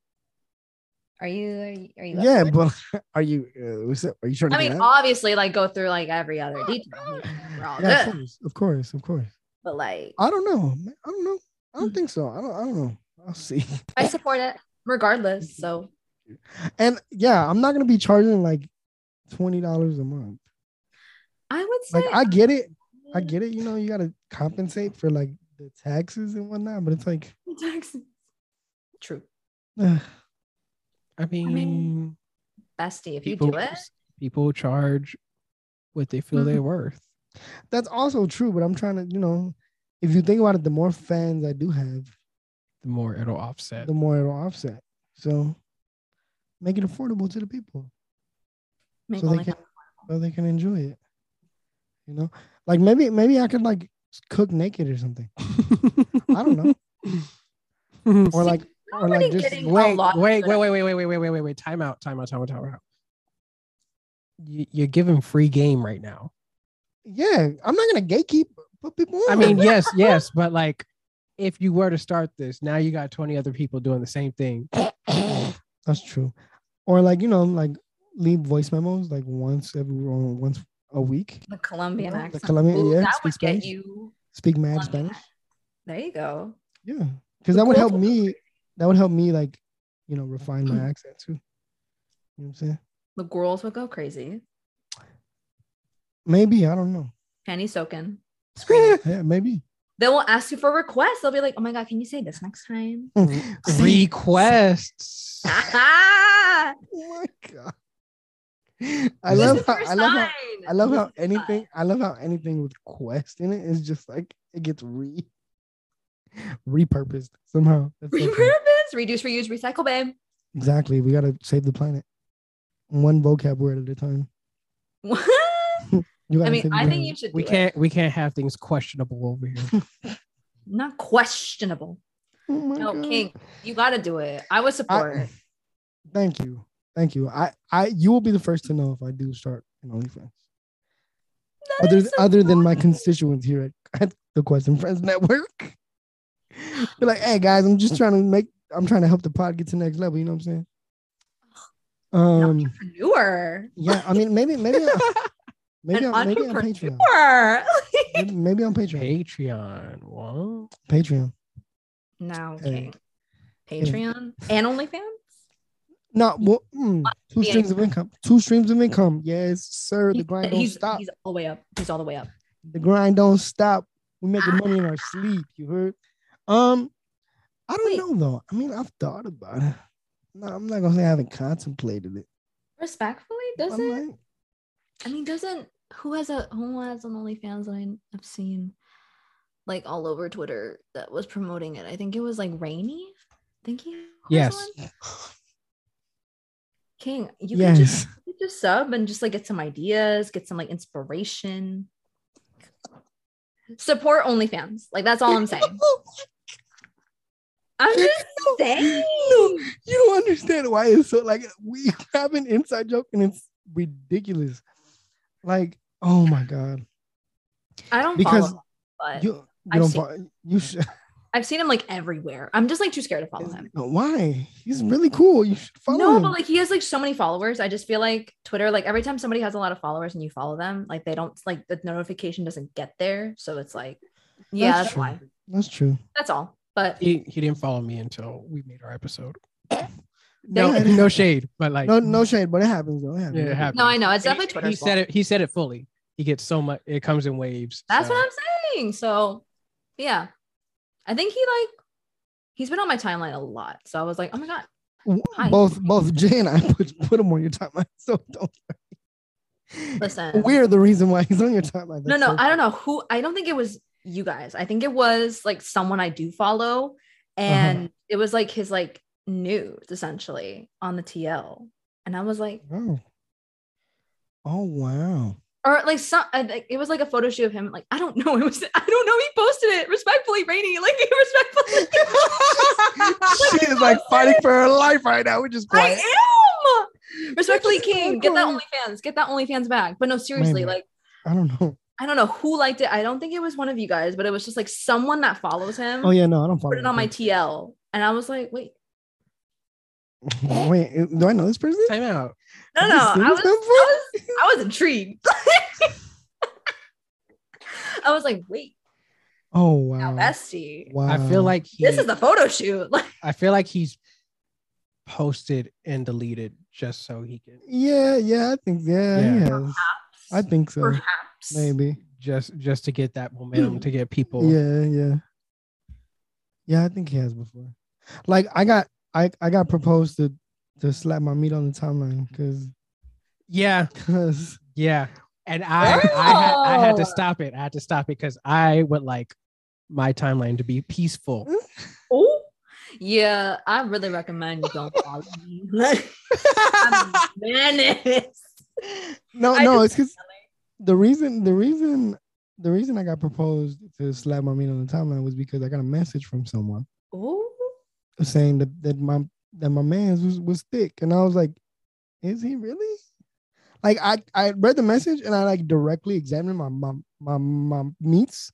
are you are you, are you up
Yeah,
for it?"
but are you uh, what's it- are you trying to
I
get
mean,
out?
obviously, like go through like every other detail. We're all
Yeah, of
good.
course, of course, of course.
But like
I don't know. man. I don't know. I don't
Mm.
think so. I don't I don't know. I'll see.
I support it regardless. So
And yeah, I'm not gonna be charging like twenty dollars a month.
I would say
Like I get it. I get it. You know, you gotta compensate for like the taxes and whatnot, but it's like,
Taxes. True.
ugh,
I mean,
mean, Bestie, if
people
you do it,
people charge what they feel
Mhm.
they're worth.
that's also true. But I'm trying to, you know, if you think about it, the more fans I do have,
The more it'll offset.
the more it'll offset. So make it affordable to the people
make
so they
OnlyFans.
can so they can enjoy it. You know, like maybe maybe I could like cook naked or something. I don't know. Or like
I'm
or like
already
just-
getting a
wait,
lot.
wait,
of-
wait, wait, wait, wait, wait, wait, wait, wait, wait. Time out, time out, time out, time out. You- You're giving free game right now.
yeah, I'm not gonna gatekeep put people on.
I mean, yes, yes, but like, if you were to start this now, you got 20 other people doing the same thing.
That's true. Or like, you know, like leave voice memos like once every once a week.
The Colombian
The
accent.
Colombian,
Ooh,
yeah,
that would
speak
get
Spanish.
you.
Speak mad
Colombian.
Spanish.
There you go.
Yeah. Because that would help
Cool.
me. That would help me like, you know, refine my accent too. You know what I'm saying?
The girls would go crazy.
Maybe. I don't know.
Penny Soakin.
yeah, maybe.
They will ask you for requests. They'll be like, "Oh my god, can you say this next time?"
See?
Requests.
I
Oh my god. I love how I love how I love how anything I love how anything with quest in it is just like it gets re repurposed somehow. That's so funny.
Repurpose, reduce, reuse, recycle, babe.
Exactly. We gotta save the planet. One vocab word at a time.
What?
You
I
gotta
mean,
save the
I
planet.
think you should.
We
do it.
can't. We can't have things questionable over here.
Not questionable.
Oh my
No,
God.
King, you got to do it. I would support.
I-
it.
thank you, thank you. I, I, you will be the first to know if I do start an OnlyFans.
That
Other,
is so
other than my
funny.
constituents here at, at the Quest and Friends Network, be like, hey guys, I'm just trying to make, I'm trying to help the pod get to the next level. You know what I'm saying?
An
Um,
entrepreneur.
yeah. I mean, maybe, maybe, I- maybe,
An
I, maybe on Patreon.
entrepreneur.
Maybe, maybe on Patreon.
Patreon. What?
Patreon.
now,
Hey.
King. Patreon and OnlyFans.
No, well, mm, two
Yeah.
streams of income. Two streams of income. Yes, sir. The
He's-
grind don't
he's,
stop.
he's all the way up. He's all the way up.
The grind don't stop. We making money in our sleep. You heard? Um, I don't
Wait.
know though. I mean, I've thought about it. No, I'm not gonna say I haven't contemplated it.
Respectfully, doesn't.
I'm like,
I mean, doesn't who has a who has an OnlyFans that I- I've seen like all over Twitter that was promoting it? I think it was like Rainy. I think he has
Yes.
one. king. You can
yes.
just you just sub and just like get some ideas, get some like inspiration. Support OnlyFans. Like that's all I'm saying. I'm just saying.
No, you don't understand why it's so like we have an inside joke and it's ridiculous. Like, oh my god,
I don't
Because
follow him, but
you you
I've
don't
seen-
fo- you should
I've seen him like everywhere. I'm just like too scared to follow him.
no, why he's really cool. You should follow
no,
him.
but like he has like so many followers. I just feel like Twitter, like every time somebody has a lot of followers and you follow them, like they don't like the notification doesn't get there. So it's like, yeah, that's,
That's true.
why.
That's true.
That's all. But
He, he didn't follow me until we made our episode.
Yeah,
No,
it
no
happens.
shade, but like mm.
No, no shade, but it happens though. It happens.
Yeah, it happens.
no, I know it's
He-
definitely Twitter.
He said it. He said it fully. He gets so much. It comes in waves.
That's
so-
what I'm saying. So yeah, I think he like he's been on my timeline a lot. So I was like, oh my god,
W-
Hi.
Both both Jay and I put put him on your timeline, so don't.
listen,
We're the reason why he's on your timeline.
no,
That's so
no, I don't know who. I don't think it was you guys. I think it was like someone I do follow, and
Uh-huh.
it was like his like nudes essentially on the TL, and I was like,
Wow. Oh wow.
or like some. I think It was like a photo shoot of him. Like I don't know. It was I don't know. He posted it respectfully, Rainy. Like respectfully.
she is like fighting for her life right now. We're just quiet.
I am respectfully
Which is so
king. Get that
cool.
OnlyFans. Get that OnlyFans back. But no, seriously,
Maybe.
like
I don't know.
I don't know who liked it. I don't think it was one of you guys, but it was just like someone that follows him
Oh yeah, no, I don't follow.
put it on my
that
TL, and I was like, wait,
person. Wait, do I know this person?
Time out.
no,
Have
no,
you
I
seen
was,
this
I was, I was intrigued. I was like, wait,
Oh
now
wow.
bestie,
wow.
I feel like he,
this is the photo shoot. Like,
I feel like he's posted and deleted just so he can
Yeah, yeah, I think yeah,
Yeah.
he has. I think so.
perhaps.
Maybe.
just just to get that momentum to get people.
Hmm. Yeah, yeah. Yeah, I think he has before. Like I got I I got proposed to to slap my meat on the timeline because
yeah,
because
yeah. And I I had, I had
Wow.
to stop it. I had to stop it because I would like my timeline to be peaceful.
Oh, yeah. I really recommend you don't follow me. I'm a menace.
no
I
no
just-
it's because the reason the reason the reason I got proposed to slap my meat on the timeline was because I got a message from someone
Ooh.
saying that, that my that my man's was, was thick and I was like, is he really? Like I I read the message and I like directly examined my my my, my meats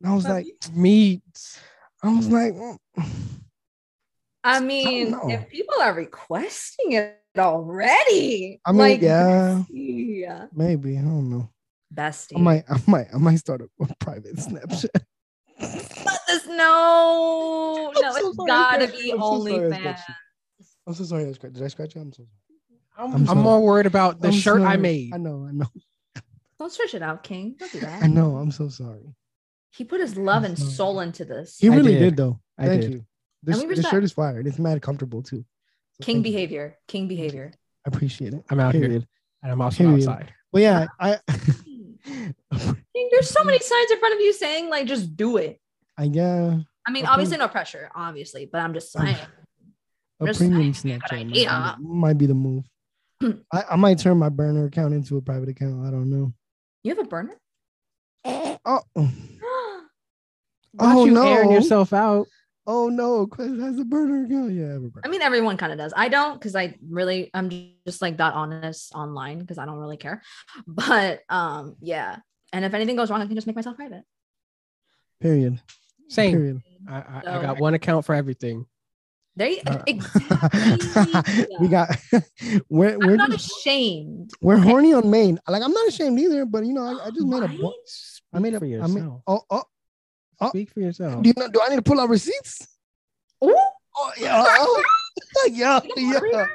and I was
My
like
Me,
I was like. mm.
I mean,
know.
if people are requesting it already,
I mean,
like,
yeah.
yeah,
Maybe I don't know.
bestie.
I might, I might, I might start a, a private Snapchat.
Let us know.
I'm
No,
so sorry,
it's
I
gotta
scratched
be
you. I'm so sorry I
OnlyFans.
scratched you. I'm so sorry. I scratched. Did I scratch you? I'm so sorry.
I'm,
I'm
I'm,
sorry.
more worried about the
I'm
shirt I
sorry.
made.
I know, I know,
Don't stretch it out, King. Don't do
I
that.
know. I'm so sorry.
He put his love and
sorry.
soul into this.
He
I
really
did.
did, though.
I
Thank
did.
you. This,
we
this
respect-
shirt is fire. and It's mad comfortable too. So thank
King
you.
behavior. King behavior.
I appreciate it.
I'm out here.
Period.
And I'm also
Period.
outside.
But yeah, I,
King, there's so many signs in front of you saying like, just do it.
I yeah,
I
Okay.
mean, obviously no pressure, obviously, but I'm just
Um,
saying.
a
Just
premium
saying, it's a good
Snapchat might,
idea.
be- might be the move.
Hmm.
I, I might turn my burner account into a private account. I don't know.
You have a burner?
Oh,
Why
oh
you
no!
airing yourself out?
Oh no, Chris has a burner account. Yeah, I have a burner.
I mean, everyone kind of does. I don't because I really I'm ju- just like that honest online because I don't really care. But um, yeah. And if anything goes wrong, I can just make myself private.
Period.
Same.
Period.
I, I, I
So-
got one account for everything.
There you
Uh,
exactly.
we got we're
I'm
we're,
not
just-
ashamed.
we're horny on Maine. Like I'm not ashamed either, but you know, I, I just made a bu- I
Right?
made a
for
I
yourself.
made, oh oh oh.
Speak for yourself.
do you know do I need to pull out receipts?
Ooh,
Oh yeah. oh, yeah,
You
yeah,
don't worry about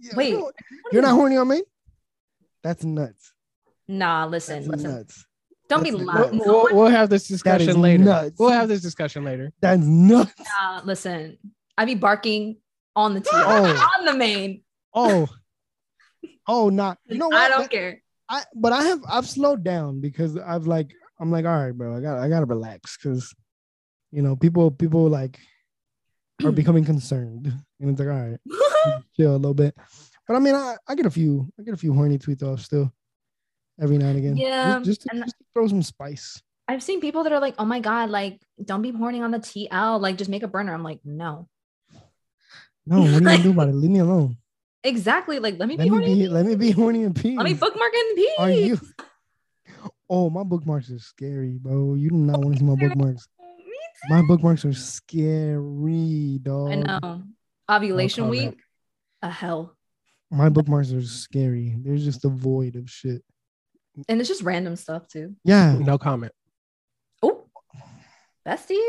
yeah.
Wait.
No, You're not horny on Maine? That's nuts.
Nah,
That's
listen, listen.
nuts.
Don't be
That's
lying.
We'll,
nuts.
Someone-
we'll, we'll have this discussion later.
nuts.
We'll have this discussion later.
That's nuts.
nah, listen. I be barking on the TV,
Oh.
on the main.
Oh. Oh, not. You know what?
I
That-
don't care.
I but I have I've slowed down because I've like I'm like all right, bro. I got I gotta relax because you know people people like are becoming concerned, and it's like all right, chill a little bit. But I mean, I, I get a few, I get a few horny tweets off still every now and again.
Yeah,
Just, just to,
and-
just to throw some spice.
I've seen people that are like, oh my God, like, don't be horny on the TL. Like, just make a burner. I'm like, no.
No, what are you gonna do about it? Leave me alone.
Exactly. Like, let me
Let
be
me
horny. in
be, let me be
peace.
horny in peace.
Let me bookmark in peace.
Are you? Oh, my bookmarks are scary, bro. You do not want to see my bookmarks.
Me
My bookmarks are scary, dog.
I know. Ovulation
call that.
week, a hell.
My bookmarks are scary. There's just a void of shit.
And it's just random stuff too.
Yeah,
No comment.
Oh, bestie.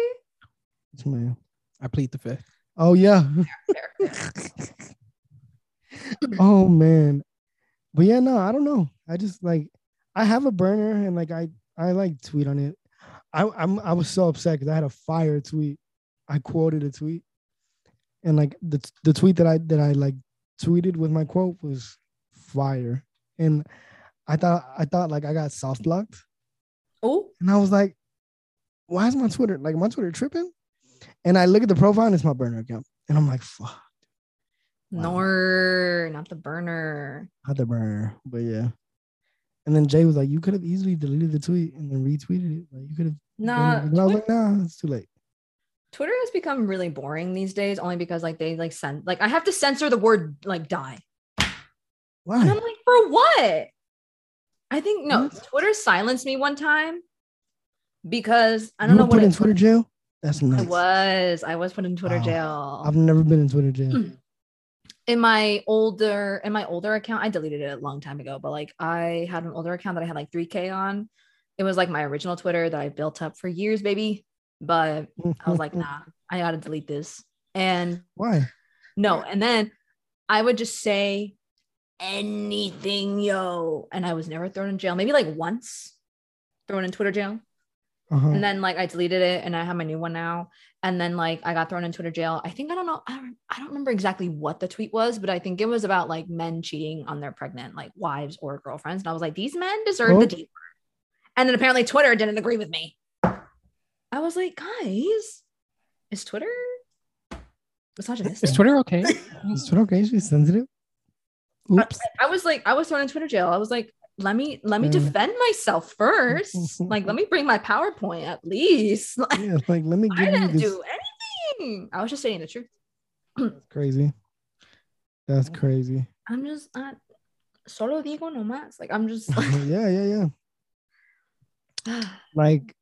it's man.
I plead the fifth.
Oh yeah.
Fair, fair.
oh man. But yeah, no, I don't know. I just like I have a burner and like I I like tweet on it. I I'm I was so upset because I had a fire tweet. I quoted a tweet, and like the the tweet that I that I like tweeted with my quote was fire, and I thought I thought like I got soft blocked.
Oh,
And I was like, why is my Twitter like my Twitter tripping? And I look at the profile and it's my burner account. And I'm like, fuck, Wow.
nor, not the burner.
not the burner. But yeah. And then Jay was like, you could have easily deleted the tweet and then retweeted it. Like you could have
Nah,
and I was
Twitter,
like, nah, it's too late.
Twitter has become really boring these days only because like they like send like I have to censor the word like die. And
Why?
I'm like, for what? I think no,
What?
Twitter silenced me one time because I
you
don't know
were put
what
in
it,
Twitter Oh, jail? That's
I
nuts.
was. I was put in Twitter
Wow.
jail.
I've never been in Twitter jail.
in my older in my older account i deleted it a long time ago but like i had an older account that i had like 3k on it was like my original twitter that i built up for years baby but i was like nah i gotta delete this and
Mm-hmm. Why?
no and then i would just say anything yo and i was never thrown in jail maybe like once thrown in twitter jail
Uh-huh.
and then like I deleted it and I have my new one now. And then like I got thrown in Twitter jail. I think I don't know. I don't, I don't remember exactly what the tweet was, but I think it was about like men cheating on their pregnant like wives or girlfriends. And I was like, these men deserve
Oh.
the D word. And then apparently Twitter didn't agree with me. I was like, guys, is Twitter
Is
misogynistic?
Twitter okay?
Is Twitter okay? Is she sensitive? Oops.
I was like, I was thrown in Twitter jail. I was like, let me let me
Yeah.
defend myself first. like, let me bring my PowerPoint at least.
yeah, like let me
I
give you
didn't
this.
do anything. I was just saying the truth.
That's crazy. That's
Mm.
crazy.
I'm just not solo digo nomás. Like I'm just
yeah, yeah, yeah. like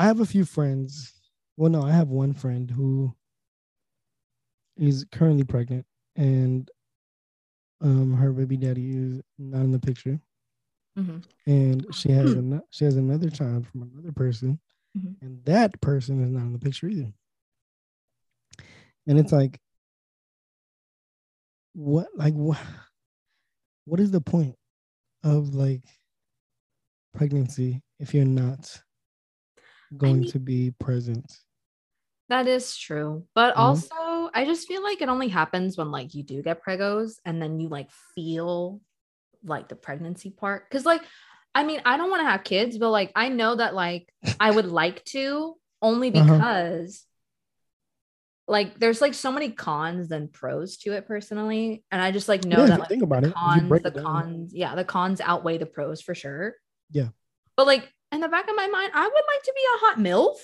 I have a few friends. Well, no, I have one friend who is currently pregnant and um her baby daddy is not in the picture
Mhm.
and she has an, she has another child from another person
Mhm.
and that person is not in the picture either and it's like what like what what is the point of like pregnancy if you're not going
mean-
to be present
that is true. But
Mhm.
also I just feel like it only happens when like you do get pregos and then you like feel like the pregnancy part. Cause like I mean, I don't want to have kids, but like I know that like I would like to only
Uh-huh.
because like there's like so many cons than pros to it personally. And I just like know
Yeah, if
that
you
like,
think about it, if you
cons
break
the
it down.
cons yeah the cons outweigh the pros for sure
Yeah.
but like in the back of my mind i would like to be a hot milf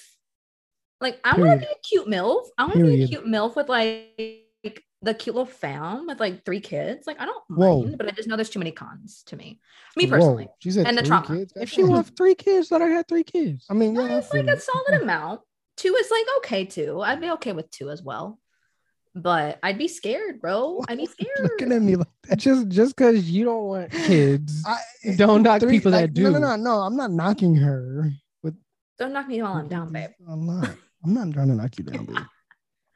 like i want
Period.
to be a cute milf i want to be a
Period.
cute milf with like the cute little fam with like three kids like i don't
Whoa.
mind but i just know there's too many cons to me me personally
Whoa, she said
And the
three
trauma.
kids?
If she would have three kids, let her have three kids.
i mean
One
yeah I
is like
feel
a
it.
solid amount two is like okay two i'd be okay with two as well but i'd be scared bro i'd be scared
looking at me like that
Just just because you don't want kids, Don't knock people that
No, no,
do.
no, no. I'm not knocking her.
don't knock me while i'm down babe
I'm not. I'm not trying to knock you down, babe.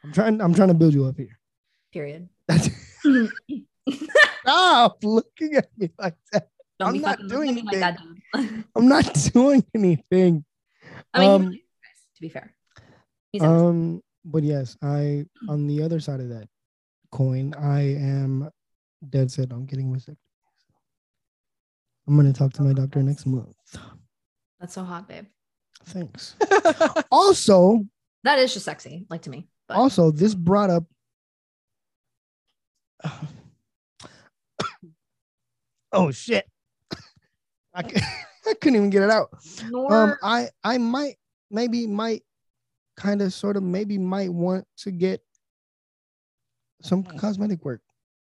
I'm trying. I'm trying to build you up here.
period
That's, stop looking at me like that.
Don't
I'm
be
not
fucking looking at me
doing
like that, dude.
I'm not doing anything.
I mean,
Um,
he's nice, to be fair, he's nice.
Um, but yes, I on the other side of that coin, I am dead set on getting vasectomy. I'm gonna talk to my doctor next month.
that's so hot, babe.
Thanks.
I
Also,
That is just sexy, like to me. But
also, this brought up oh shit. I, c- I couldn't even get it out.
Nor
Um, I I might maybe might kind of sort of maybe might want to get some cosmetic work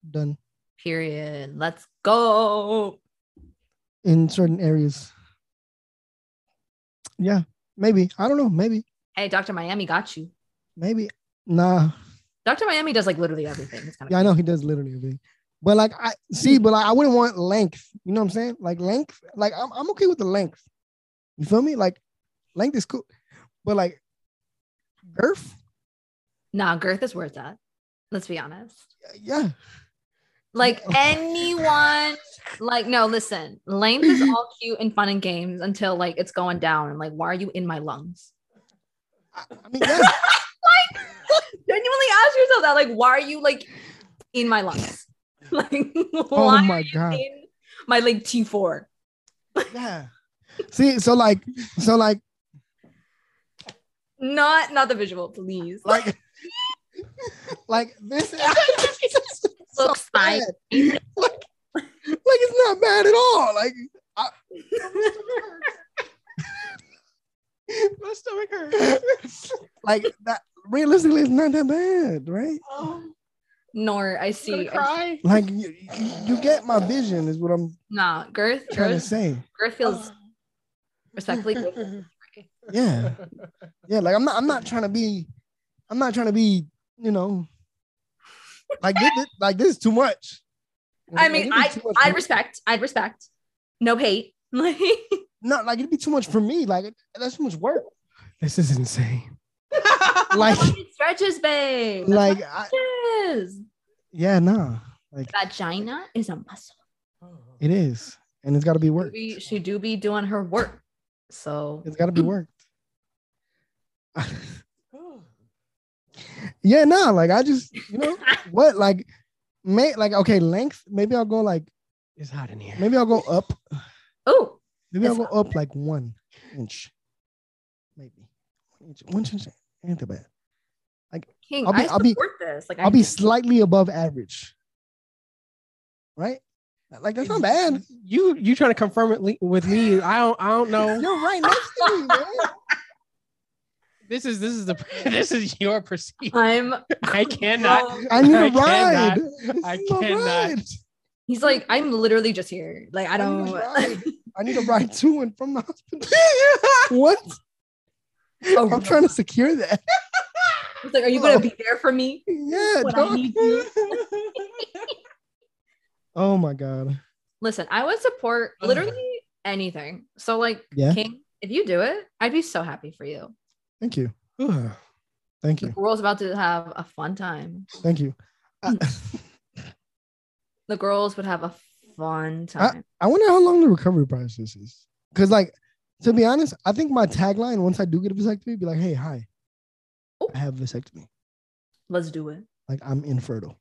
done
period. Let's go.
in certain areas. Yeah, maybe I don't know. Maybe
Hey, Dr. Miami got you.
maybe nah.
Dr. Miami does like literally everything. It's kind of
Yeah, I know he does literally everything. But like I see, but like I wouldn't want length. You know what I'm saying? Like length, like I'm I'm okay with the length. You feel me? Like length is cool. But like girth,
Nah, girth is where it's at. Let's be honest.
yeah.
Like anyone, like no, listen, length is all cute and fun and games until like it's going down. And like, why are you in my lungs?
I, I mean, yeah.
Genuinely ask yourself that. Like, why are you like in my lungs? Like,
oh
why
my god.
in my like T4?
Yeah. See, so like, so like,
Not not the visual, please.
like, like this. so
Looks like-
bad. like, like it's not bad at all. Like,
My stomach hurts.
like that. Realistically, it's not that bad, right?
Nor
I'm
I
gonna
see. I-
cry.
Like, you, you get my vision is what I'm
Nah, girth,
trying to
girth,
say.
girth feels respectfully. girth feels right.
Yeah, yeah. Like, I'm not. I'm not trying to be. I'm not trying to be. You know, like this. this- Like this is too much.
I
Like,
mean,
it'd be
I
too much for
I'd
me.
respect. I'd respect. No hate. Like
not like it'd be too much for me. Like it- that's too much work.
This is insane.
Like,
it stretches, babe. That's
like
what
I,
it is.
yeah, nah. Like
Vagina is a muscle.
it is, and it's got to be worked.
We, she do be doing her work. So
It's got to be worked. yeah, nah. Like I just, you know, what? Like, may like okay, length. Maybe I'll go like
It's hot in here.
maybe I'll go up.
oh,
Maybe I'll
It's
go up like one inch. Maybe one inch. One inch ain't that bad.
King,
I'll be-
I
I'll be-
support this. Like
I'll be slightly above average. Right? Like that's not bad.
You you trying to confirm it le- with me? I don't I don't know.
You're right next to me, man.
This is this is the this is your procedure.
I'm
I cannot.
Oh.
I need a
I
ride.
cannot.
This
I
is my
cannot.
ride.
He's like, I'm literally just here. Like, I
I need
don't.
a ride. I need a ride to and from the hospital. what?
Oh,
I'm trying to secure that.
He's like, are you gonna be there for me?
Yeah,
When I
dog.
need you.
Oh my god.
Listen, I would support
Ugh.
literally anything. So, like,
Yeah.
King, if you do it, I'd be so happy for you.
Thank you.
Ooh.
Thank
The
you.
girl's about to have a fun time.
Thank you. I,
The girls would have a fun
I-
time.
I wonder how long the recovery process is. Cause like, to be honest, I think my tagline once I do get a vasectomy, be like, hey, hi.
Oh.
I have vasectomy.
Let's do it.
Like I'm infertile.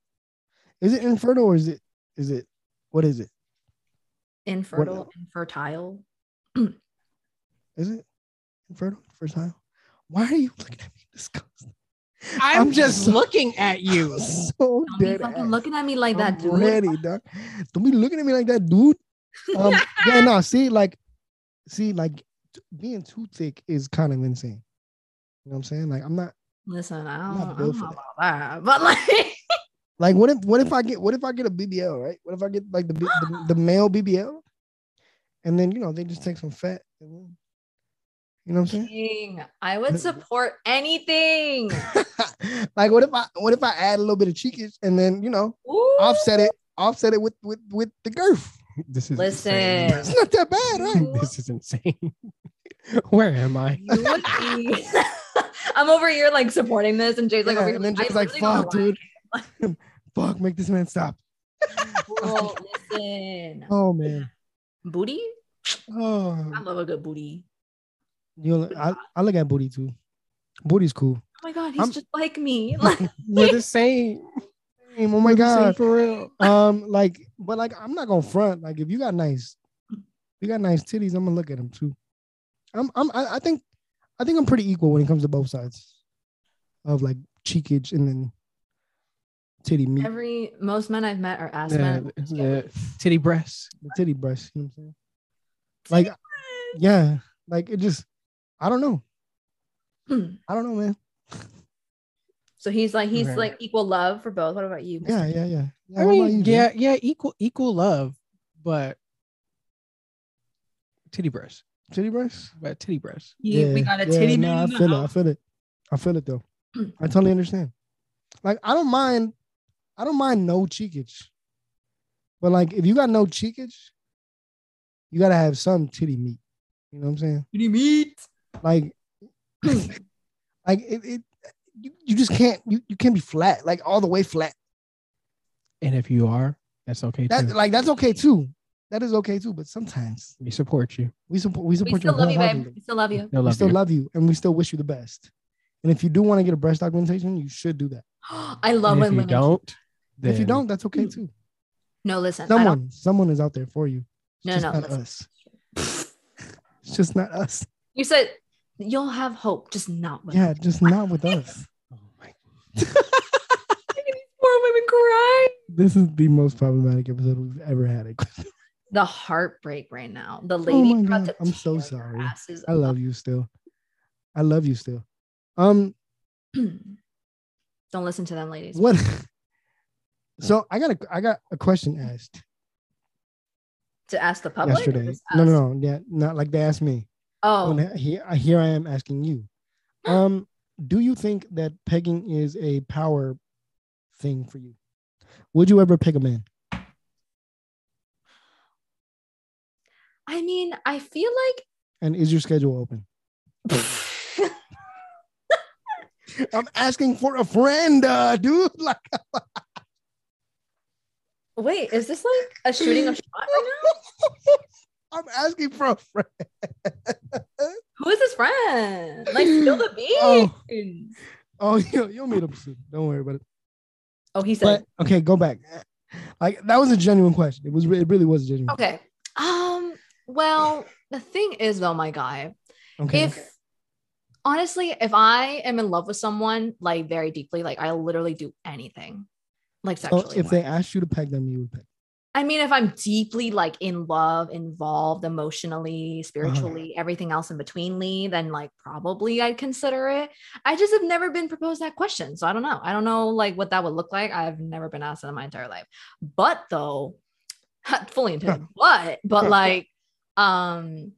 Is it infertile or is it is it what is it?
Infertile, infertile.
Is it infertile? Fertile? Why are you looking at me disgusted?
I'm,
I'm
just
so-
looking at you.
I'm so
Don't be
dead.
fucking
ass.
looking at me like that,
I'm
dude.
Ready, dog. Don't be looking at me like that, dude. Um, yeah, no, see, like, see, like, t- being too thick is kind of insane. You know what I'm saying? Like, I'm not.
Listen, I
I'm
don't,
not
I don't
built
know
for
about that, but like,
Like, what if, what if I get, what if I get a BBL, right? What if I get like the B- the, the male BBL, and then you know they just take some fat, and then, you know what I'm saying?
King, I would support anything.
like what if I what if I add a little bit of cheekage and then you know
Ooh.
offset it offset it with with with the girth?
This is
Listen.
It's not that bad, right?
This is insane. Where am I?
You would be. I'm over here like supporting this, and Jay's like,
Yeah,
over here,
and then
I
Jay's like,
literally don't know
"Fuck,
why."
dude." Fuck, make this man stop.
Well, listen,
Oh man,
booty. I
oh,
love a good booty.
you know, I, I look at booty too. Booty's cool.
Oh my god, he's
I'm-
just like me. Like,
We're the same.
Damn, Oh my
We're the same
god.
for real.
Um, like, but like, I'm not gonna front. Like, if you got nice, you got nice titties, I'm gonna look at them too. I'm, I'm, I, I think, I think I'm pretty equal when it comes to both sides of like cheekage and then titty meat,
Every most men I've met are ass
Yeah,
men.
the titty breasts.
the titty breast. You know what I'm saying? Like, yeah, like it just, I don't know.
Hmm.
I don't know, man.
So he's like he's
Right.
like equal love for both. What about you? Mr.
Yeah, yeah, yeah. yeah
I
what about you,
mean,
Jay?
yeah, yeah, equal equal love, but titty breasts,
titty breast.
but titty breasts.
You- we got a titty Hmm.
no,
man
I
in the
feel it. I
house.
feel it. I feel it though. I totally understand. Like I don't mind, I don't mind no cheekage, but like if you got no cheekage, you gotta have some titty meat. You know what I'm saying?
Titty meat.
Like,
Hmm.
like it, it you, you just can't you, you can't be flat like all the way flat.
And if you are, that's okay
That
too.
like that's okay too. That is okay too. But sometimes
we support you.
we support we
We
support
still
you
love you, babe.
wholeheartedly.
We still love you.
They'll
we
love
still
you.
love you and we still wish you the best. And if you do want to get a breast augmentation, you should do that.
I love
And if
when
you
women
don't,
if you
then-
don't, that's okay too.
No, listen. I don't-
Someone, someone is out there for you. It's
No,
just
no,
not
listen.
us. It's just not us.
You said you'll have hope, just not with
Yeah, just not with us.
oh my
Poor women cry.
This is the most problematic episode we've ever had.
The heartbreak right now. The lady.
Oh my God,
about to
I'm so
tear your
sorry.
asses
I love you still. I love you still. Um,
up. Don't listen to them, ladies.
what? So I got a I got a question asked
To ask the public. or
yesterday.
just
No,
us?
no, no. Yeah, not like they asked me.
Oh,
When I- here, I- here I am asking you. Um, do you think that pegging is a power thing for you? Would you ever peg a man?
I mean, I feel like
And is your schedule open? I'm asking for a friend, uh, dude. Like,
wait, is this like a shooting a shot right now?
I'm asking for a friend.
Who is his friend? Like spill the beans.
Oh.
Oh,
Oh, you, you'll meet up soon. Don't worry about it.
Oh, he said.
But okay, go back. Like that was a genuine question. It was. It really was a genuine.
Okay. Um. Well, the thing is, though, my guy,
Okay.
Oh, if honestly, if I am in love with someone like very deeply, like I literally do anything, like
So
sexually.
if they asked you to peg them, you would peg.
I mean, if I'm deeply like in love, involved emotionally,
Uh-huh.
spiritually, everything else in betweenly, then like probably I'd consider it. I just have never been proposed that question. So I don't know. I don't know like what that would look like. I've never been asked that in my entire life. But though, fully intended, but, but like, um,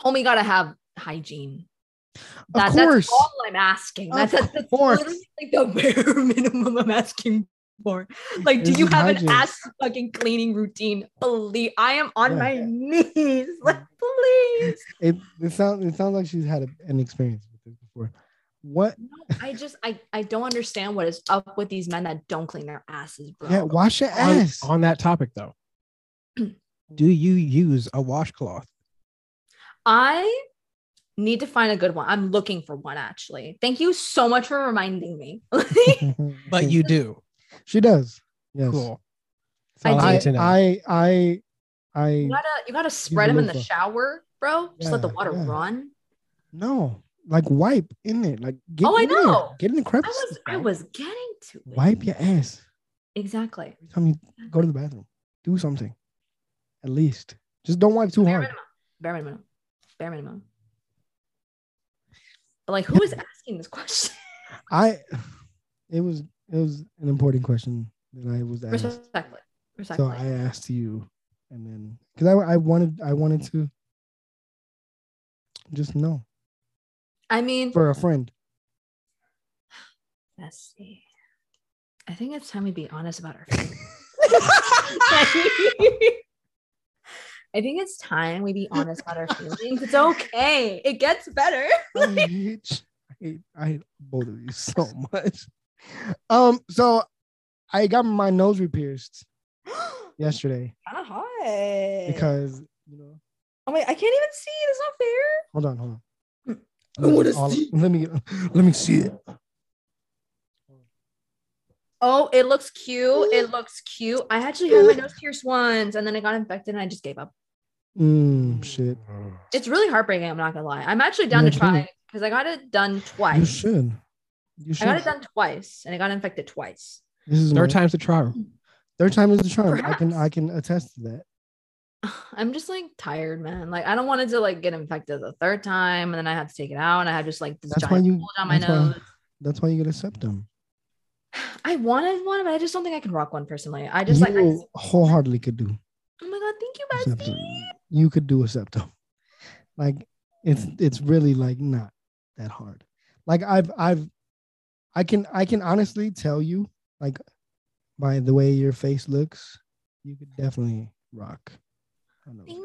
homie, gotta have hygiene. That,
course.
that's all I'm asking.
Of
That's, that's, that's
course.
literally like the bare minimum I'm asking for. Like, do
This
you
is
have
hygiene.
an ass fucking cleaning routine? Please, I am on
Yeah.
my knees. Like, please.
It, it sounds. It sounds like she's had a, an experience with this before. What?
I just, I, I don't understand what is up with these men that don't clean their asses, bro.
Yeah. Wash your
On-
ass.
On, that topic though, do you use a washcloth?
I need to find a good one. I'm looking for one actually. Thank you so much for reminding me.
But you do.
She does. Yes.
Cool. That's
I
all
I,
need to know.
I, I, I,
you gotta, you gotta spread
a
them in the
loofah.
shower, bro. Just let the
Yeah,
water
yeah.
run.
no, like wipe in it, like get
Oh, I
in there.
know.
get in the
I
crevice.
was, I was getting to it.
wipe your ass
Exactly.
every time you go to the bathroom. Do something, at least. Just don't wipe too
Bare
hard.
minimum. Bare minimum. Bare minimum. But like, who is asking this question?
I, it was, it was an important question that I was asked.
Respectfully.
So
Respectfully.
I asked you, and then because I, I wanted, I wanted to just know
I, mean,
for a friend.
let's see. I think it's time we be honest about our. feelings. I think it's time we be honest about our feelings. It's okay. It gets better.
I hate, I hate, I hate both of you so much. Um, so I got my nose repierced
kind
yesterday
of hot.
because you know.
oh wait, I can't even see. It's not fair.
Hold on, hold on.
I wanna
All-
see.
Let me get, let me see it.
Oh, it looks cute. It looks cute. I actually had my nose pierced once, and then it got infected, and I just gave up.
Mm, shit.
It's really heartbreaking. I'm not gonna lie. I'm actually down to
Mhm.
try because I got it done
You
twice.
should. You
I got
should.
it done twice, and it got infected twice.
This is
Third
my-
time's the charm.
Third time is the charm. I can
Perhaps.
I can attest to that.
I'm just like tired, man. Like I don't want it to like get infected the third time, and then I had to take it out, and I had just like this
That's why
giant
you-
hole down my
that's why-
nose.
That's why you get a septum.
I wanted one, but I just don't think I can rock one personally. I just like, I,
you wholeheartedly could do
oh my god, thank you,
a septum.
bestie.
You could do a septum. Like it's it's really like not that hard. Like I've I've I can I can honestly tell you like by the way your face looks, you could definitely rock. on those days.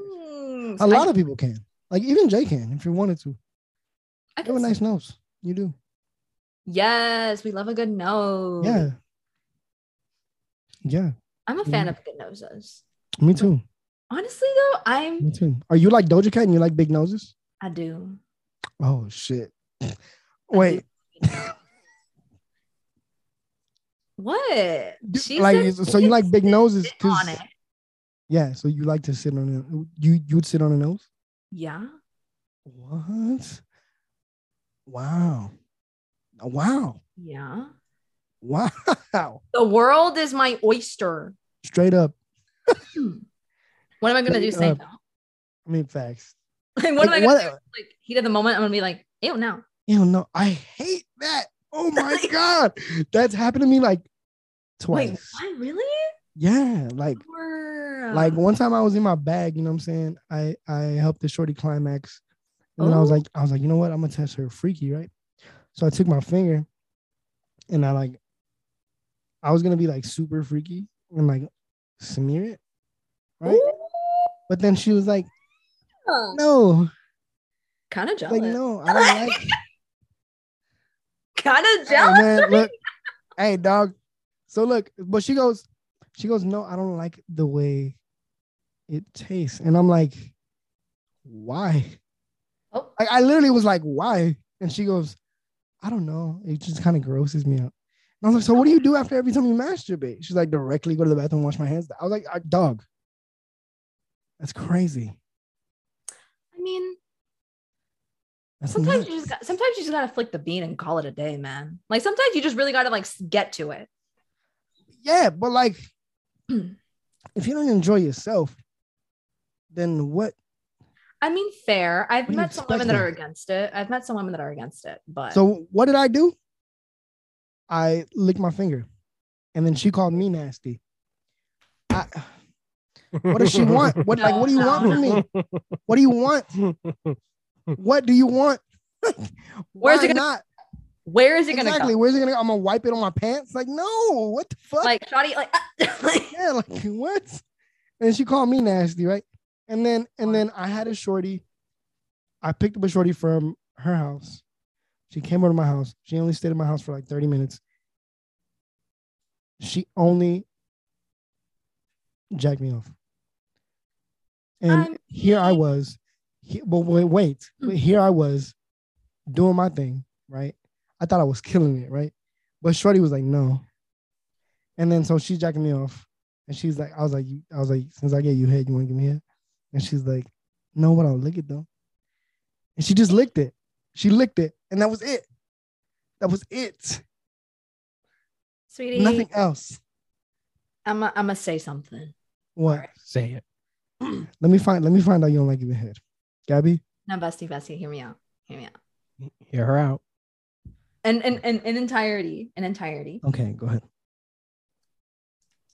Thanks.
A lot
I,
of people can. Like even Jay can if you wanted to.
I
You have a
can-
nice nose. You do.
Yes, we love a good nose.
Yeah. Yeah.
I'm a fan of good noses.
Me too.
Honestly, though, I'm
Me too. Are you like Doja Cat and you like big noses?
I do.
Oh shit. Wait,
What?
d-
She
like
said
so you like big noses?
sit on
'cause-
it.
yeah, so you like to sit on it. You you'd sit on a nose?
Yeah.
What? Wow. Wow.
Yeah.
Wow.
The world is my oyster.
Straight up.
Hmm. What am I gonna do? Say
Uh,
no?
I mean facts.
Like, what am I
Like,
gonna
what-
do? Like heat of the moment, I'm gonna be like, ew, no.
Ew, no, I hate that. Oh my god. That's happened to me like twice.
Wait, what? Really?
Yeah, like
Or,
like
uh,
one time I was in my bag, you know what I'm saying? I I helped the shorty climax. And then I was
Oh.
like, I was like, you know what? I'm gonna test her freaky, right? So I took my finger and I like I was gonna be like super freaky and like smear it, right? But then she was like, no,
kind of
She's
jealous.
like no, I don't like it.
Kind of
Hey,
jealous.
man, look, hey dog. So look, but she goes, she goes, no, I don't like the way it tastes. And I'm like, why?
Oh,
Like I literally was like, why? And she goes, I don't know. It just kind of grosses me out. And I was like, so what do you do after every time you masturbate? She's like, directly go to the bathroom, and wash my hands. I was like, "Uh, dog, that's crazy.
I mean,
That's
sometimes
nuts.
you just got, sometimes you just gotta flick the bean and call it a day, man. Like sometimes you just really gotta like s- get to it.
yeah, but like,
Hmm.
if you don't enjoy yourself, then what?
I mean, fair. I've
What do you
met some women that
expect
are
then?
against it. I've met some women that are against it, but
So what did I do? I licked my finger, and then she called me nasty. I, what does she want? What like? What do you want from me? What do you want? What do you want?
Where's
Why
it gonna-
not?
where is it gonna
exactly. Where's it gonna go? I'm gonna wipe it on my pants. Like, no, what the
go?
fuck?
Like, shoddy, like, like
yeah, like what? And she called me nasty, right? And then and then I had a shorty. I picked up a shorty from her house. She came over to my house. She only stayed at my house for like 30 minutes. She only jacked me off. And
I'm
here I was. He, but wait, wait.
Hmm.
But here I was doing my thing, right? I thought I was killing it, right? But Shorty was like, no. And then so she's jacking me off. And she's like, I was like, you, I was like, since I gave you head, you want to give me head? And she's like, no, but I'll lick it though. And she just licked it. She licked it. And that was it. That was it.
sweetie,
Nothing else.
I'm gonna I'm say something.
What?
Alright.
Say it.
Let me find let me find out you don't like giving head. Gabby?
Now, bestie, bestie, hear me out. Hear me out.
Hear her out.
And and and in entirety, in entirety.
Okay, go ahead.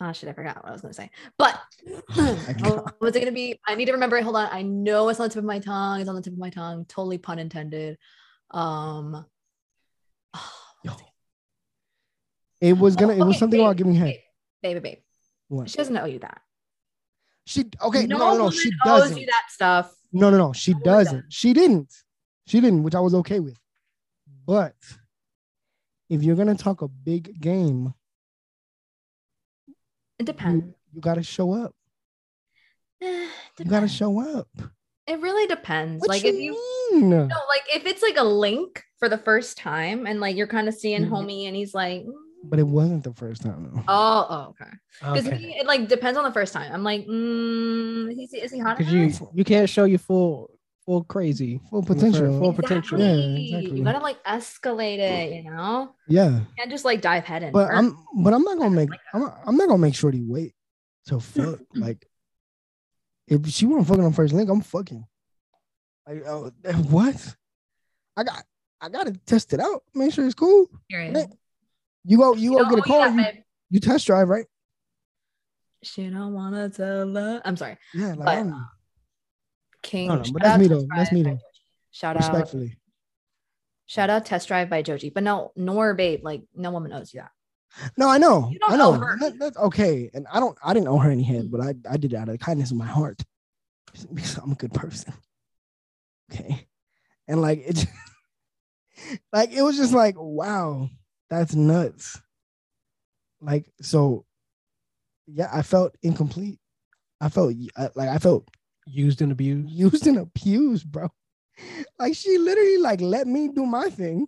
Oh shit, I forgot what I was gonna say. But oh, was it gonna be? I need to remember it. Hold on. I know it's on the tip of my tongue. It's on the tip of my tongue. Totally pun intended. Um
It was gonna it was
Okay,
something
wait,
about giving head.
baby, babe.
What?
She doesn't owe you that.
She okay, no, no, no,
woman
she
owes
doesn't.
you that stuff.
No, no, no, she
No woman
doesn't. She didn't. She didn't, which I was okay with. But if you're gonna talk a big game,
It depends.
you, you gotta show up.
Eh,
You gotta
depends.
show up.
it really depends.
What
like
you
if you
mean?
no, like if it's like a link for the first time and like you're kind of seeing
Mhm.
homie and he's like, mm,
But it wasn't the first time though.
oh, oh, okay. Because
Okay.
it like depends on the first time. I'm like, mm, is, he, is he hot?
Because you you can't show your full full crazy,
Full potential.
full potential.
Yeah,
Exactly.
exactly.
You gotta like escalate it, you know?
Yeah.
You can't just like dive head in.
But
first.
I'm but I'm not gonna make I'm not, I'm not gonna make Shorty wait till fuck. like if she wasn't fucking on first link, I'm fucking. Like oh, what? I got I gotta test it out, make sure it's cool.
Period.
Nick, You go you go
Don't
get a
owe
car,
that,
you,
oh, babe.
you test drive, right?
She don't wanna tell her. I'm sorry.
Yeah, like
But,
I'm,
King.
No, no, but
shout
that's
out
me
Test
though. That's
Drive
me
by
though.
Joji. Shout out.
respectfully.
Shout out Test Drive by Joji. But no, nor babe. Like no woman owes you that.
No, I know.
You don't
I know.
owe her.
That- that's okay. And I don't I didn't owe her any head, but I, I did it out of the kindness of my heart. Because I'm a good person. Okay. And like it ju- like it was just like, wow, that's nuts. Like, so yeah, I felt incomplete. I felt I- like I felt
used and abused.
used and abused, bro. Like she literally like let me do my thing,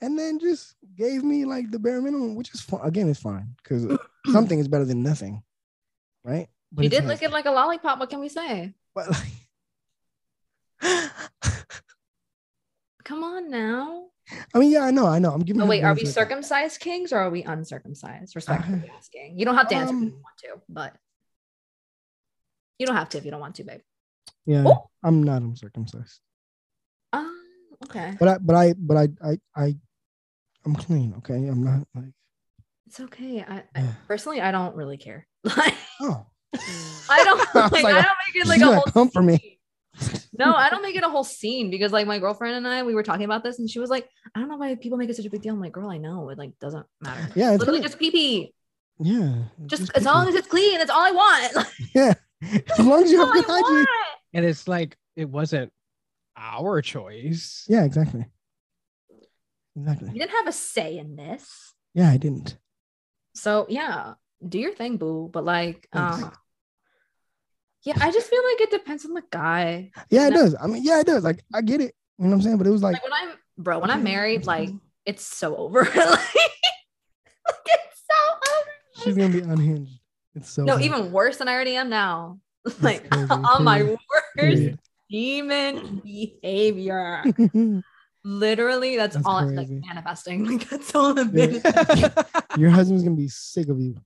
and then just gave me like the bare minimum, which is fine. Again, it's fine because something is better than nothing, right? But
You
it's
did look at like a lollipop. What can we say?
but like,
Come on now.
I mean, yeah, I know, I know. I'm giving.
Oh
her
wait,
the
are we
benefit of the doubt.
circumcised kings or are we uncircumcised? Respectfully asking. You don't have to answer if
Uh-huh.
you
um,
don't want to, but you don't have to if you don't want to, babe.
Yeah,
Oh.
I'm not uncircumcised,
Um, okay.
but I, but I, but I, I, I, I'm clean. Okay, I'm not like
It's okay. I, I
Yeah.
personally I don't really care. Like
oh.
I don't
I was
like,
like,
I don't make it like
she's
a
gonna
whole
come for me.
scene. No, I don't make it a whole scene because like my girlfriend and I we were talking about this and she was like, I don't know why people make it such a big deal. I'm like, girl, I know it like doesn't matter. Like,
Yeah, it's
literally
kinda-
just pee pee.
Yeah,
Just
it's
as long as it's clean, that's all I want. Like,
yeah, as long as you have
that's all Oh, I
good hygiene.
want.
And it's like it wasn't our choice.
Yeah, exactly. Exactly.
You didn't have a say in this.
Yeah, I didn't.
So yeah, do your thing, boo. But like
Thanks.
uh, yeah, I just feel like it depends on the guy.
Yeah, it
No.
does. I mean, yeah, it does. Like, I get it. You know what I'm saying? But it was like, Mm-hmm.
Like when I'm bro, when I'm
okay,
married,
that's
like
cool.
it's so over. like, like, it's so over.
she's gonna be unhinged. It's so
No,
bad.
even worse than I already am now. Like
crazy.
on my
Period.
worst demon behavior.
Period.
Literally, that's,
That's
all it's like
crazy.
manifesting. Like that's all it
Yeah.
is.
Your husband's gonna be sick of you.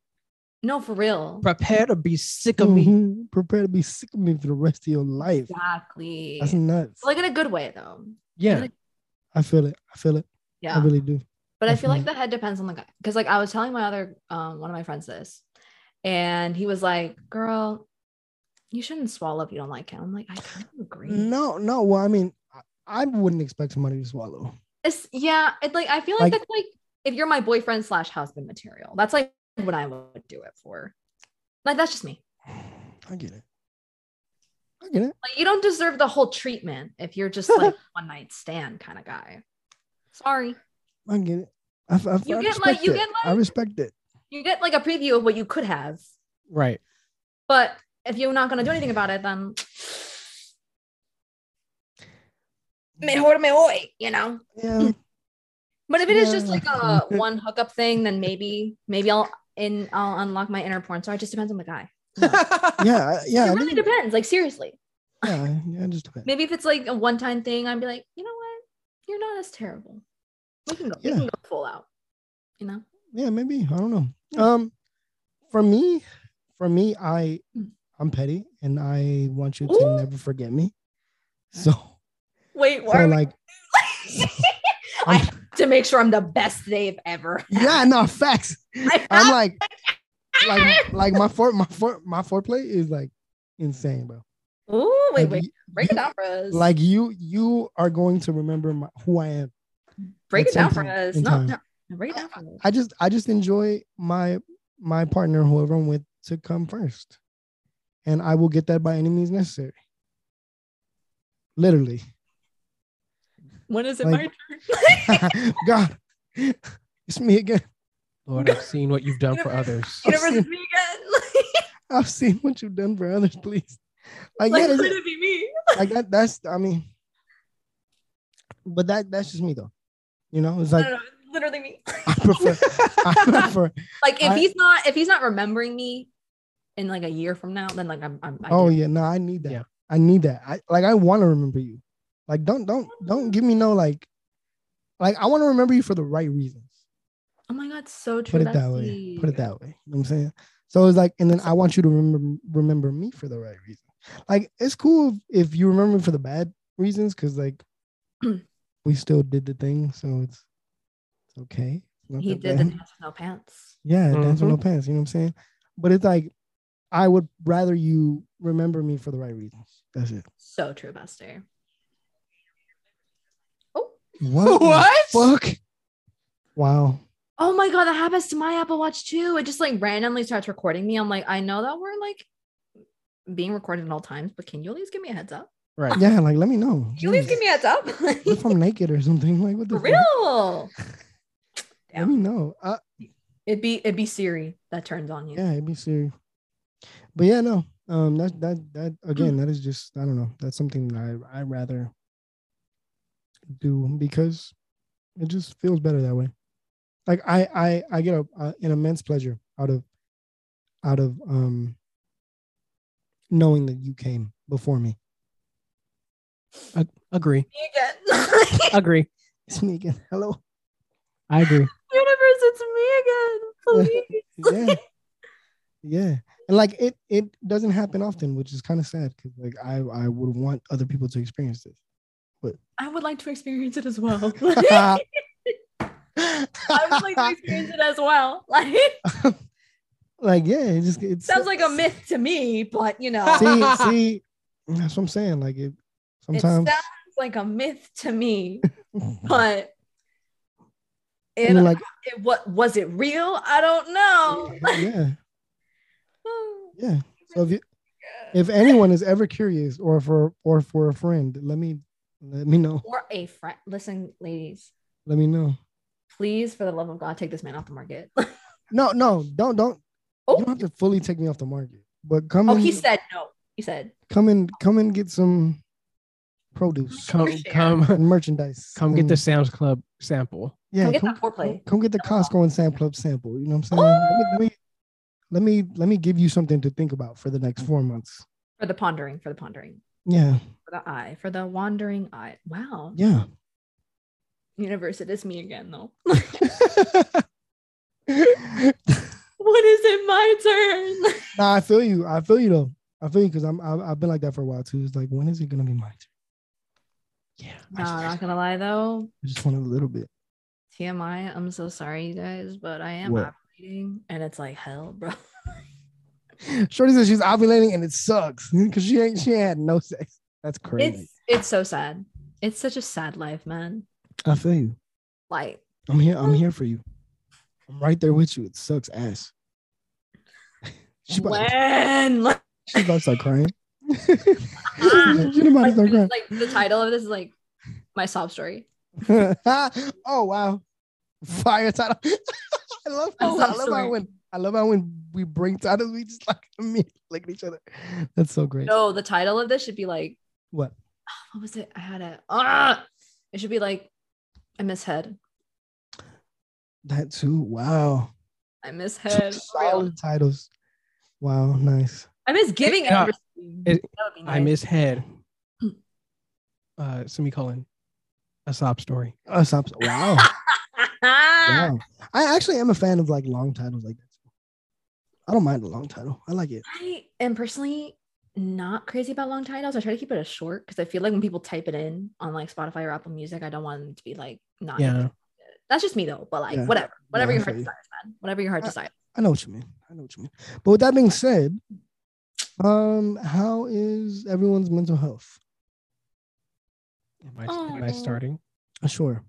No, for real.
Prepare to be sick of me.
Mhm. Prepare to be sick of me for the rest of your life.
Exactly.
That's nuts.
Like in a good way though.
Yeah.
I feel it. I feel it.
Yeah.
I really do.
But I feel like
Definitely.
the head depends on the guy. Because like I was telling my other um one of my friends this, and he was like, Girl, you shouldn't swallow if you don't like him. I'm like, I kind of agree.
No, no. Well, I mean, I, I wouldn't expect somebody to swallow.
It's yeah, it's like I feel
Like-
like, that's like if you're my boyfriend slash husband material. That's like what I would do it for. Like that's just me.
I get it. I get it.
Like you don't deserve the whole treatment if you're just like one night stand kind of guy. Sorry.
I get it. I, I, I
You get, like-
respect
you
it.
get,
I
like-
respect it.
You get like a preview of what you could have,
Right.
but if you're not gonna do anything about it, then mejor me voy, you know.
Yeah.
But if it is just
Yeah.
like a one hookup thing, then maybe maybe I'll in I'll unlock my inner porn. So it just depends on the guy.
yeah, I- yeah, I
it really
think-
depends. Like seriously.
yeah, yeah, it just depends.
Maybe if it's like a one time thing, I'd be like, you know what? You're not as terrible. We can go,
Yeah.
we can go full out. You know?
Yeah, maybe I don't
Hmm.
know. Um, for me, for me, I
Mm.
I'm petty, and I want you to
Ooh.
never forget me. So,
Wait,
so like,
I
I'm,
have to make sure I'm the best they've ever. had.
yeah, no facts.
I
I'm
have-
like, like, like my fore, my fore, my foreplay is like insane, bro.
Ooh, wait,
like,
wait.
you-
Break it
you-
down for us.
Like you, you are going to remember my, who I am.
break
at
it down
some
for
point
us.
in
No,
time.
no, no, break it down for us.
I just I just enjoy my my partner, whoever I'm with, to come first. And I will get that by any means necessary. Literally.
When is it
like-
my turn?
God, it's me again.
Lord, I've seen what you've done for others.
Universe is me again.
I've seen what you've done for others, please. Like, yeah,
like, like could
that's-
it be me?
like that that's I mean. But that that's just me though. You know, it's like
no, no, no, literally me.
I prefer I prefer
Like if
I-
he's not if he's not remembering me in like a year from now, then like I'm I'm I
oh
did.
yeah, no, I need that.
Yeah.
I need that. I like I want to remember you. Like don't don't don't give me no like like I want to remember you for the right reasons.
Oh my god, so
Put
true.
it
That's
that way.
deep.
Put it that way. You know what I'm saying? So it's like, and then I want you to remember remember me for the right reason. Like it's cool if you remember me for the bad reasons, because like we still did the thing, so it's it's okay. It's not
He
that
did the Mm-hmm.
bad.
dance with no pants.
Yeah, dance with no
Mhm.
pants. You know what I'm saying? But it's like, I would rather you remember me for the right reasons. That's it.
So true, Buster.
What? the
What?
Fuck. Wow.
Oh my god, that happens to my Apple Watch too. It just like randomly starts recording me. I'm like, I know that we're like being recorded at all times, but can you at least give me a heads up?
Right.
Yeah. Like, let me know.
Can you at least give me a heads up?
What if I'm naked or something? Like, what the
For
fuck?
real.
Let me know. Uh,
It'd be it'd be Siri that turns on you.
yeah, it'd be serious. But yeah, no. Um, that that that again, that is just I don't know. That's something that I I rather do because it just feels better that way. Like I I I get a, uh an immense pleasure out of out of um knowing that you came before me.
Agree.
You get universe,
Agree.
It's me again. Hello.
I agree.
it's me again. Please.
yeah yeah and like it it doesn't happen often which is kind of sad because like i i would want other people to experience this
I would like to experience it as well.
I
I would like to experience it as well. Like
like yeah it just it
sounds like a myth to me, but you know,
See,
see see that's what i'm saying like it
it
sometimes
sounds like a myth to me, but
I
it,
mean, like
it what was it real? I don't know. Oh
yeah yeah so if you if anyone is ever curious or for or for a friend let me let me know
or a friend. Listen, ladies,
let me know
please, for the love of God, take this man off the market.
no no don't don't you don't
oh,
have to fully take me off the market but come
oh,
in-
he said no. He said
come and come and get some produce
Come,
Appreciate it.
come,
and merchandise.
come get
and-
the Sounds Club sample.
Yeah, come
Come get
get,
that foreplay.
come, get the Costco and Sam Club sample. You know what I'm saying? Let me, let me let me let me give you something to think about for the next four months.
for the pondering, for the pondering,
Yeah,
for the eye, for the wandering eye. Wow,
yeah.
universe, it is me again, though.
nah,
when is it my turn?
I feel you. I feel you though. I feel you because I'm I've, I've been like that for a while too. It's like when is it gonna be my turn? Yeah, I
No,
just- I
not
just,
gonna lie though.
I just want a little bit.
TMI, I'm so sorry, you guys, but I am
What?
ovulating and it's like hell, bro.
Shorty says she's ovulating and it sucks because she ain't she ain't had no sex. That's crazy.
It's it's so sad. It's such a sad life, man.
I feel you.
Like
I'm here. I'm here for you. I'm right there with you. It sucks ass. She about,
when like,
she about to start crying. she about to start crying.
like, the title of this is like my sob story.
oh wow, fire title. I love
I'm
how I love
sorry.
how when I love how when we bring titles we just like immediately look at each other. That's so great.
No, the title of this should be like
What?
what was it? I had a ah. It should be like I miss head.
That too. Wow.
I miss
Two
head. for real.
solid titles. Wow. Nice.
I miss giving
Yeah.
and receiving.
It-
that would be nice.
I miss head. Uh, semicolon. A sob story.
Oh, stop. Wow. wow. I actually am a fan of like long titles like that. I don't mind a long title. I like it.
I am personally not crazy about long titles. I try to keep it as short because I feel like when people type it in on like Spotify or Apple Music, I don't want them to be like not.
Yeah.
That's just me though. But like
Yeah.
whatever, whatever
I
your heart
feel you. Uh,
desires, man. Whatever your heart
I-
desires.
I know what you mean. I know what you mean. But with that being said, um, how is everyone's mental health?
Am I, am I
Oh.
starting?
Uh, Sure.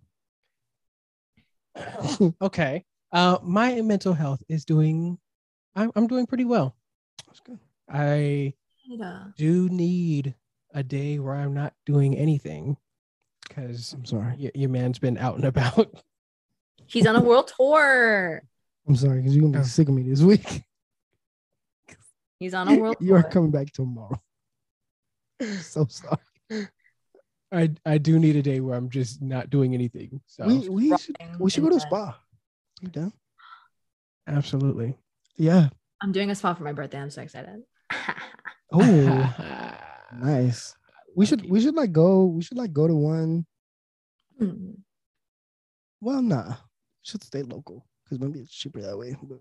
Okay. Uh, my mental health is doing. I'm, I'm doing pretty well.
That's good.
I
Yeah.
do need a day where I'm not doing anything because
I'm sorry.
your man's been out and about.
He's on a world tour.
I'm sorry because you're gonna be
Oh.
sick of me this week.
He's on a world
you
tour.
are coming back tomorrow. so sorry.
I I do need a day where I'm just not doing anything. So
We we should,
Rotting
we should go to a
inside.
spa. You down?
absolutely.
Yeah.
I'm doing a spa for my birthday. I'm so excited.
Oh, Nice. We should we should like go we should like go to one.
Mm.
Well, nah, should stay local because maybe it's cheaper that way. But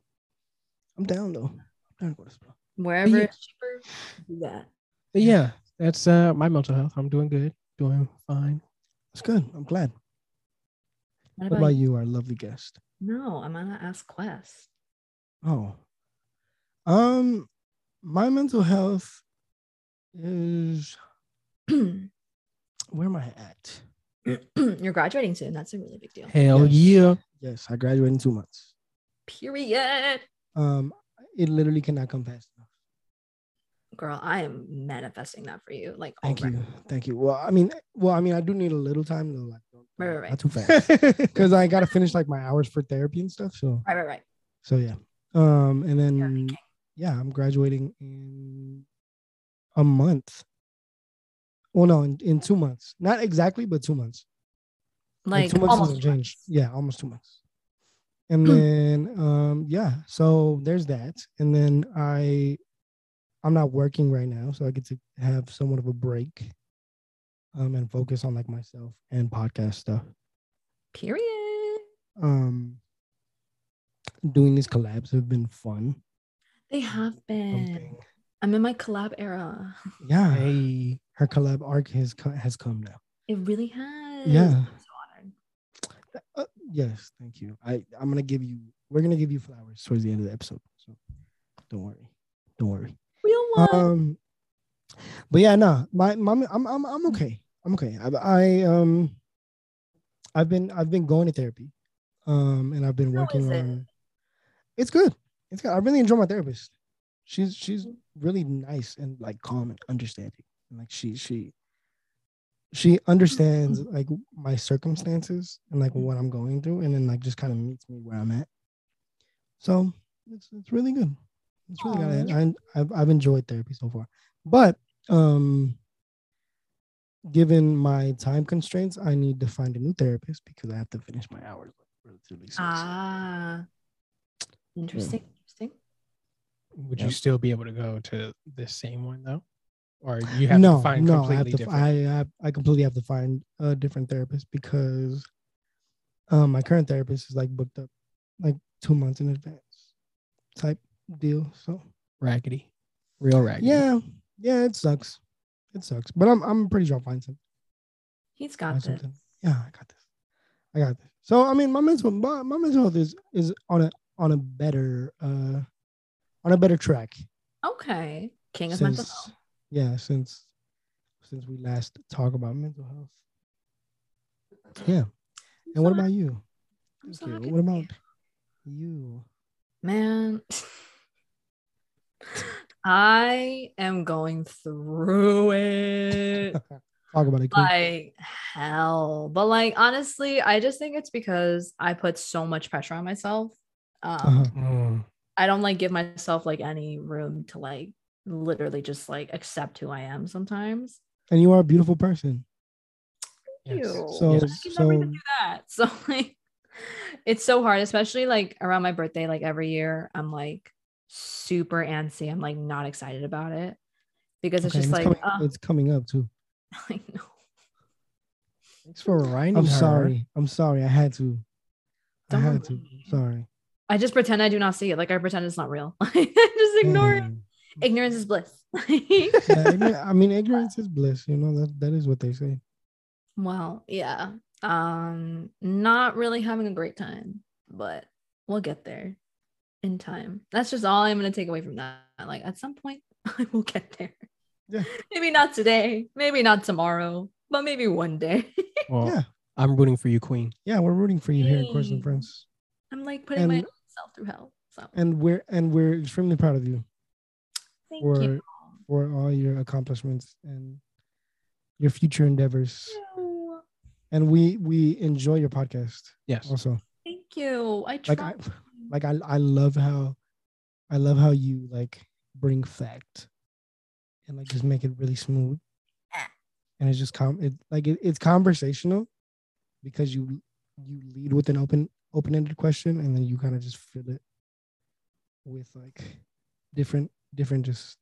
I'm down though. I'm down to go to Spa.
Wherever
Yeah.
it's cheaper, do that.
But yeah, that's uh my mental health. I'm doing good, doing fine.
That's good. I'm glad.
What
What
about,
about
you?
you, our lovely guest?
No, I'm gonna ask Quest.
Oh, um, my mental health is
You're
where am I at?
graduating soon. That's a really big deal.
Hell yeah.
Yes, I graduate in two months.
Period.
Um, it literally cannot come fast enough.
Girl, I am manifesting that for you. Like
Thank
already.
you, thank you. Well, I mean, well, I mean, I do need a little time though, like don't-
Right, right, right.
not too fast, because I gotta finish like my hours for therapy and stuff. So,
Right, right, right.
so yeah. Um, and
Therapy
then yeah, I'm graduating in a month. Well, no, in, in two months. Not exactly, but two months.
Like,
two months
almost
doesn't change. Yeah, almost two months. And then um yeah, so there's that. And then I I'm not working right now, so I get to have somewhat of a break um and focus on like myself and podcast stuff.
Period.
Um doing these collabs have been fun.
They have been.
Something-
I'm in my collab era.
Yeah.
Hey.
Her collab arc has co- has come now.
It really has.
Yeah.
I'm so honored.
Uh, yes, thank you. I I'm gonna give you. We're gonna give you flowers towards the end of the episode. So don't worry, don't worry.
Real one.
Um, but yeah, nah. My my I'm I'm I'm okay. I'm okay. I, I um, I've been I've been going to therapy, um, and I've been
How
working
is it?
on. It's good. It's good. I really enjoy my therapist. She's she's really nice and like calm and understanding. And like she she she understands like my circumstances and like what I'm going through, and then like just kind of meets me where I'm at. So it's it's really good. It's really good. I, I I've I've enjoyed therapy so far, but um, given my time constraints, I need to find a new therapist because I have to finish my hours relatively soon.
Ah, interesting. Interesting.
Would
Yeah.
you still be able to go to the same one though? Or you have
no,
to find
no, I have
completely
to.
different.
I have, I completely have to find a different therapist because um, my current therapist is like booked up like two months in advance type deal. So
raggedy. Real raggedy.
yeah, yeah, it sucks. It sucks, but I'm I'm pretty sure I'll find something.
He's got
Find
this.
something. Yeah, I got this. I got this. So I mean, my mental my, my mental health is is on a on a better uh on a better track
Okay. King of mental health.
since yeah since since we last talked about mental health. Yeah. And what about you?
I'm so
Thank you.
happy
What
for
about
you.
you?
man? I am going through it.
Talk about it. Queen.
like hell. But like honestly, I just think it's because I put so much pressure on myself. Um,
Uh-huh.
Mm.
I don't like give myself like any room to like literally just like accept who I am sometimes.
And you are a beautiful person.
Yes.
Ew.
So
Yes.
You
so
never even do that. So like it's so hard, especially like around my birthday, like every year, I'm like super antsy. I'm like not excited about it because it's
okay,
just
and
like,
coming,
oh,
it's coming up too.
I know.
Thanks for reminding
I'm
her.
sorry. I'm sorry. I had to.
Don't
I had to.
worry.
Sorry.
I just pretend I do not see it. Like I pretend it's not real. I just ignore it.
Damn.
ignorance is bliss.
Yeah, igno- I mean, ignorance is bliss. You know that that is what they say.
well, yeah. Um, not really having a great time, but we'll get there in time. That's just all I'm gonna take away from that. Like at some point, I will get there.
Yeah.
Maybe not today, maybe not tomorrow, but maybe one day.
Well,
Yeah.
I'm rooting for you, Queen.
Yeah, we're rooting for you here in Course and
Yay.
Friends,
I'm like putting
And-
myself through hell. So
and we're and we're extremely proud of you
thank
for
you.
for all your accomplishments and your future endeavors.
Ew.
And we we enjoy your podcast
Yes.
also.
Thank you. I
Like
tried.
I like I I love how I love how you like bring fact and like just make it really smooth. And it's just com it like it, it's conversational because you you lead with an open open-ended question and then you kind of just fill it with like different different just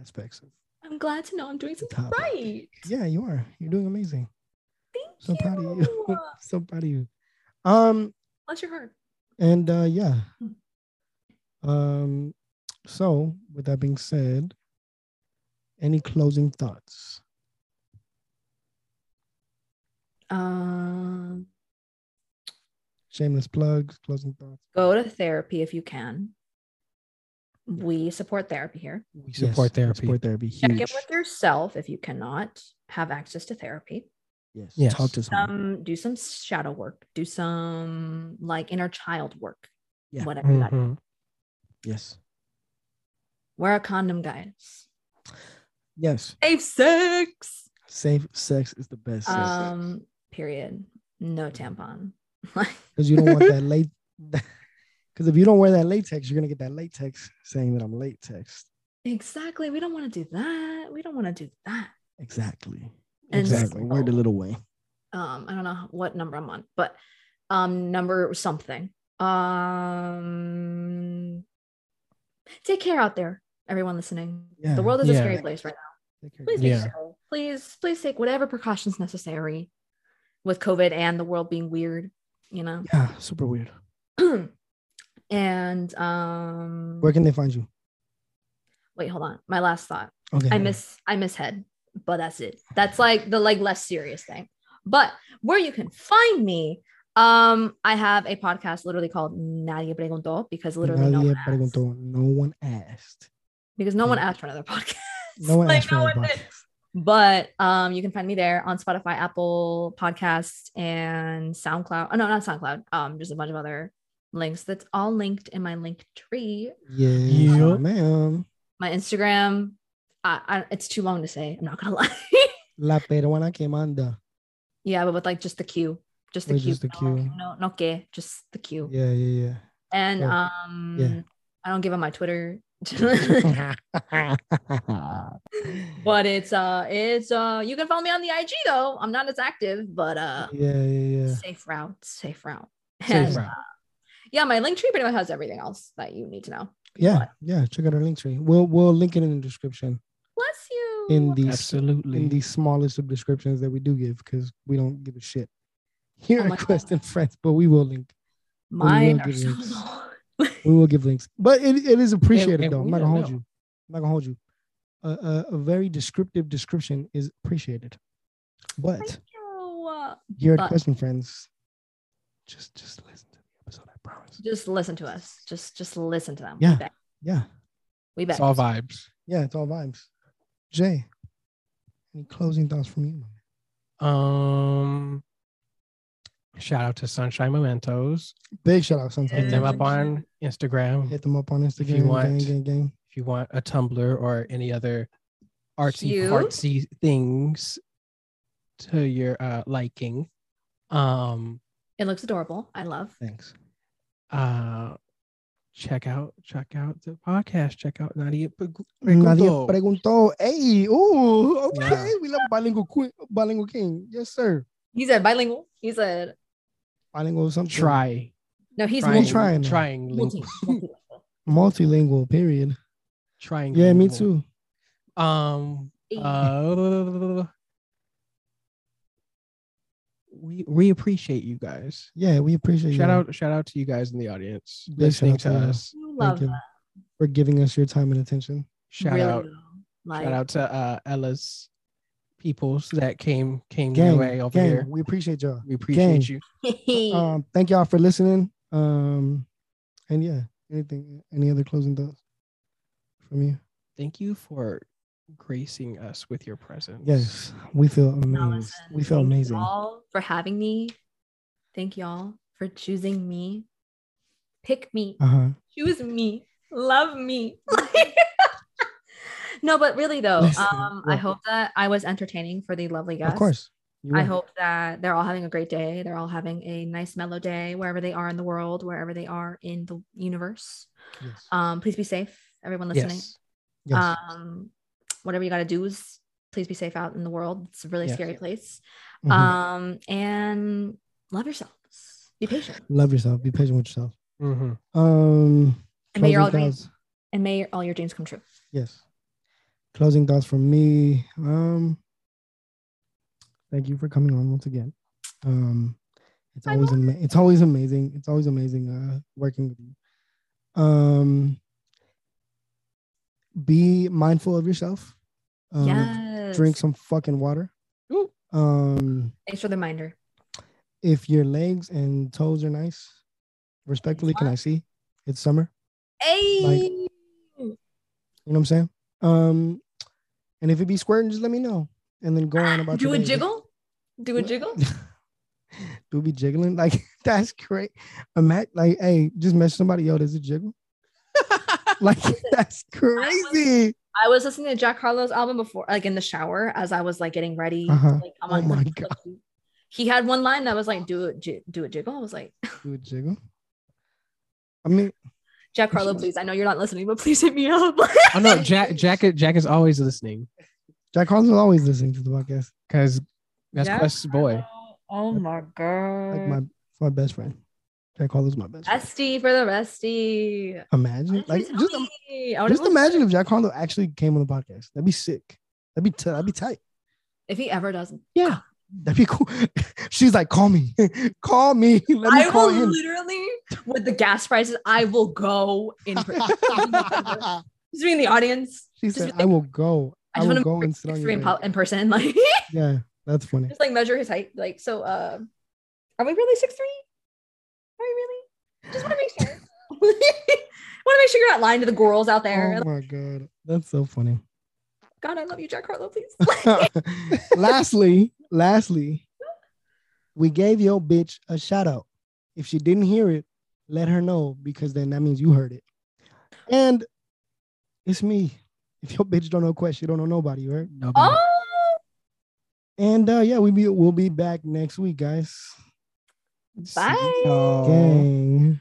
aspects of
I'm glad to know I'm doing something
Topic.
right.
Yeah, you are. You're doing amazing.
Thank
So
you.
proud of you. so proud of you. Um,
Bless your heart.
and uh yeah. Um, so with that being said, any closing thoughts?
Um,
Shameless plugs, closing thoughts.
go to therapy if you can. We support therapy here.
We
Yes,
support therapy.
Support therapy.
Check in
Huge.
with yourself if you cannot have access to therapy.
Yes.
Yes.
Talk to someone.
Um, do some shadow work. Do some like inner child work.
Yeah. Mm-hmm.
Whatever that is.
Mhm.
yes.
Wear a condom, guys.
Yes.
Safe sex.
Safe sex is the best. Because
Um, period. No tampon. Like,
you don't want that late. Because if you don't wear that latex, you're gonna get that latex saying that I'm latex.
exactly. We don't want to do that. We don't want to do that.
Exactly.
And
exactly.
so-
Wear the little way.
um i don't know what number i'm on but um number something um take care out there everyone listening
Yeah,
the world is a
yeah.
scary place right now please
Yeah.
take care. please please take whatever precautions necessary with covid and the world being weird you know
Yeah. Super weird.
and um
Where can they find you?
wait hold on my last thought
Okay.
I miss I miss head, but that's it. That's like the like less serious thing. But where you can find me, um, I have a podcast literally called Nadie Preguntó because literally no
Nadie
one asked,
preguntó. No one asked.
because no one asked for another podcast.
No one
Like,
asked for
no
another
one
podcast.
did. But um, you can find me there on Spotify, Apple Podcasts, and SoundCloud. Oh no, not SoundCloud. Um, just a bunch of other links. That's all linked in my link tree.
Yes,
Yeah.
ma'am.
My Instagram. I, I, it's too long to say. I'm not gonna lie.
La peruana que manda.
Yeah, but with like just the Q, just the
Or
Q,
just the
no,
Q.
no, no que, just the Q.
Yeah, yeah,
And
Oh,
um,
yeah.
I don't give up my Twitter,
yeah.
but it's uh, it's uh, you can follow me on the IG though. I'm not as active, but uh,
yeah, yeah, yeah.
safe route, safe route.
Safe
And,
route.
uh, yeah, my link tree pretty much has everything else that you need to know.
Yeah,
But
yeah. Check out our link tree. We'll we'll link it in the description.
bless you.
In the
Absolutely.
in the smallest of descriptions that we do give because we don't give a shit here
Oh my
at
God.
Quest and Friends, but we will link.
mine are
give
so
links.
long.
We will give links. But it, it is appreciated
and
though. I'm
we
not gonna
don't
hold
know.
you. I'm not gonna hold you. A, a, a very descriptive description is appreciated. But
Thank you. Uh,
here at
But-
Quest and Friends, just just listen to the episode. I promise.
Just listen to us. Just just listen to them.
Yeah.
We bet.
Yeah.
We bet.
It's all vibes.
Yeah, it's all vibes. Jay, any closing thoughts from you? my man?
Um, shout out to Sunshine Mementos.
Big shout out, Sunshine.
Hit them
Gang.
Mm-hmm.
up on Instagram
Hit them up on Instagram.
you want.
Gang, gang, gang.
if you want a Tumblr or any other artsy
Cute.
fartsy things to your uh, liking. Um,
It looks adorable. I love.
Thanks.
uh, check out check out the podcast. Check out Nadia. Pag-
Nadie
Preguntó.
preguntó. Hey, ooh, okay.
Yeah.
We love bilingual queen, bilingual king. Yes, sir.
He said bilingual. He said
Bilingual something.
Try
no. He's
Trying.
multi-
Try.
trying
now.
trying
multi- multi-
Multilingual. Period.
trying.
Yeah, me too.
Um,
Hey.
uh, we we appreciate you guys.
Yeah, we appreciate
Shout
you.
out shout out to you guys in the audience
Big shout
listening
out
to
to you.
us.
You
Thank
love
you
that.
for giving us your time and attention.
Shout
Really
out
though. Like,
shout out to uh Ella's peoples that came came
Gang,
your way over
gang,
here.
we appreciate y'all.
We appreciate
gang.
you.
Um, thank y'all for listening. Um, and yeah, anything, any other closing thoughts from you?
Thank you for gracing us with your presence.
Yes, we feel
Now
amazing.
listen,
We feel
thank
amazing.
Y'all for having me. Thank y'all for choosing me. Pick me.
Uh huh.
Choose me. Love me. no, but really though,
Listen,
um, I
yeah.
hope that I was entertaining for the lovely guests.
Of course. You
I
are.
hope that they're all having a great day. They're all having a nice mellow day wherever they are in the world, wherever they are in the universe.
Yes.
Um, please be safe, everyone listening.
Yes.
yes.
Um, whatever you got to do is please be safe out in the world. It's a really
Yes.
scary place.
Mhm.
Um, and love yourselves. Be patient.
Love yourself. Be patient with yourself.
Mhm.
Um.
And may your all
closing
dreams
thoughts.
and may all your dreams come true.
Yes. Closing thoughts from me. Um, thank you for coming on once again. Um, it's
I
always
love
ama- it's always amazing. It's always amazing uh, working with you. Um, be mindful of yourself. Um,
yes.
Drink some fucking water.
Ooh.
Um,
Thanks for the reminder.
if your legs and toes are nice, respectfully, can I see? It's summer.
Hey.
You know what I'm saying? Um, and if it be squirting, just let me know, and then go on about
Do
your
a
day.
jiggle. Do a jiggle.
Do be jiggling like that's great. Imagine like, hey, just message somebody, yo, there's a jiggle. Like that's crazy.
I was listening to Jack Harlow's album before, like in the shower, as I was like getting ready.
Uh-huh.
Like, I'm
Oh
on-
my God.
He had one line that was like, "Do it, j- do a jiggle." I was like,
Do a jiggle. I mean,
"Jack Harlow, please. I know you're not listening, but please hit me up."
oh no, Jack Jack Jack is always listening
Jack Carlson is always listening to the podcast.
because that's
Jack
Quest's boy.
Oh my god.
Like my it's my best friend. Jack Carlson's my best friend.
Esty for the resty.
Imagine,
Honestly,
like,
tell
just,
me. I would've
just
listened.
imagine if Jack Carlo actually came on the podcast. That'd be sick. That'd be t- that'd be tight.
if he ever does.
Yeah.
That'd be cool. She's like, call me, call me. Let me
I
call
will
him.
literally, with the gas prices, I will go in. per- just be in the audience.
she
Just
said,
be
I will go. I,
just
will
wanna
go and
meet
sit on
Victor
your
in,
bed.
pol- in person, like
Yeah, that's funny.
just like measure his height. Like, so, uh, are we really six three? Are we really? Just want to make sure. want to make sure you're not lying to the girls out there.
Oh
Like,
my god, that's so funny.
God, I love you, Jack Harlow. Please.
lastly, lastly, we gave your bitch a shout out. If she didn't hear it, let her know because then that means you heard it. And it's me. If your bitch don't know Quest, she don't know nobody, you heard?
Nobody.
oh,
And uh, yeah, we be we'll be back next week, guys.
See
bye.
y'all.
Gang.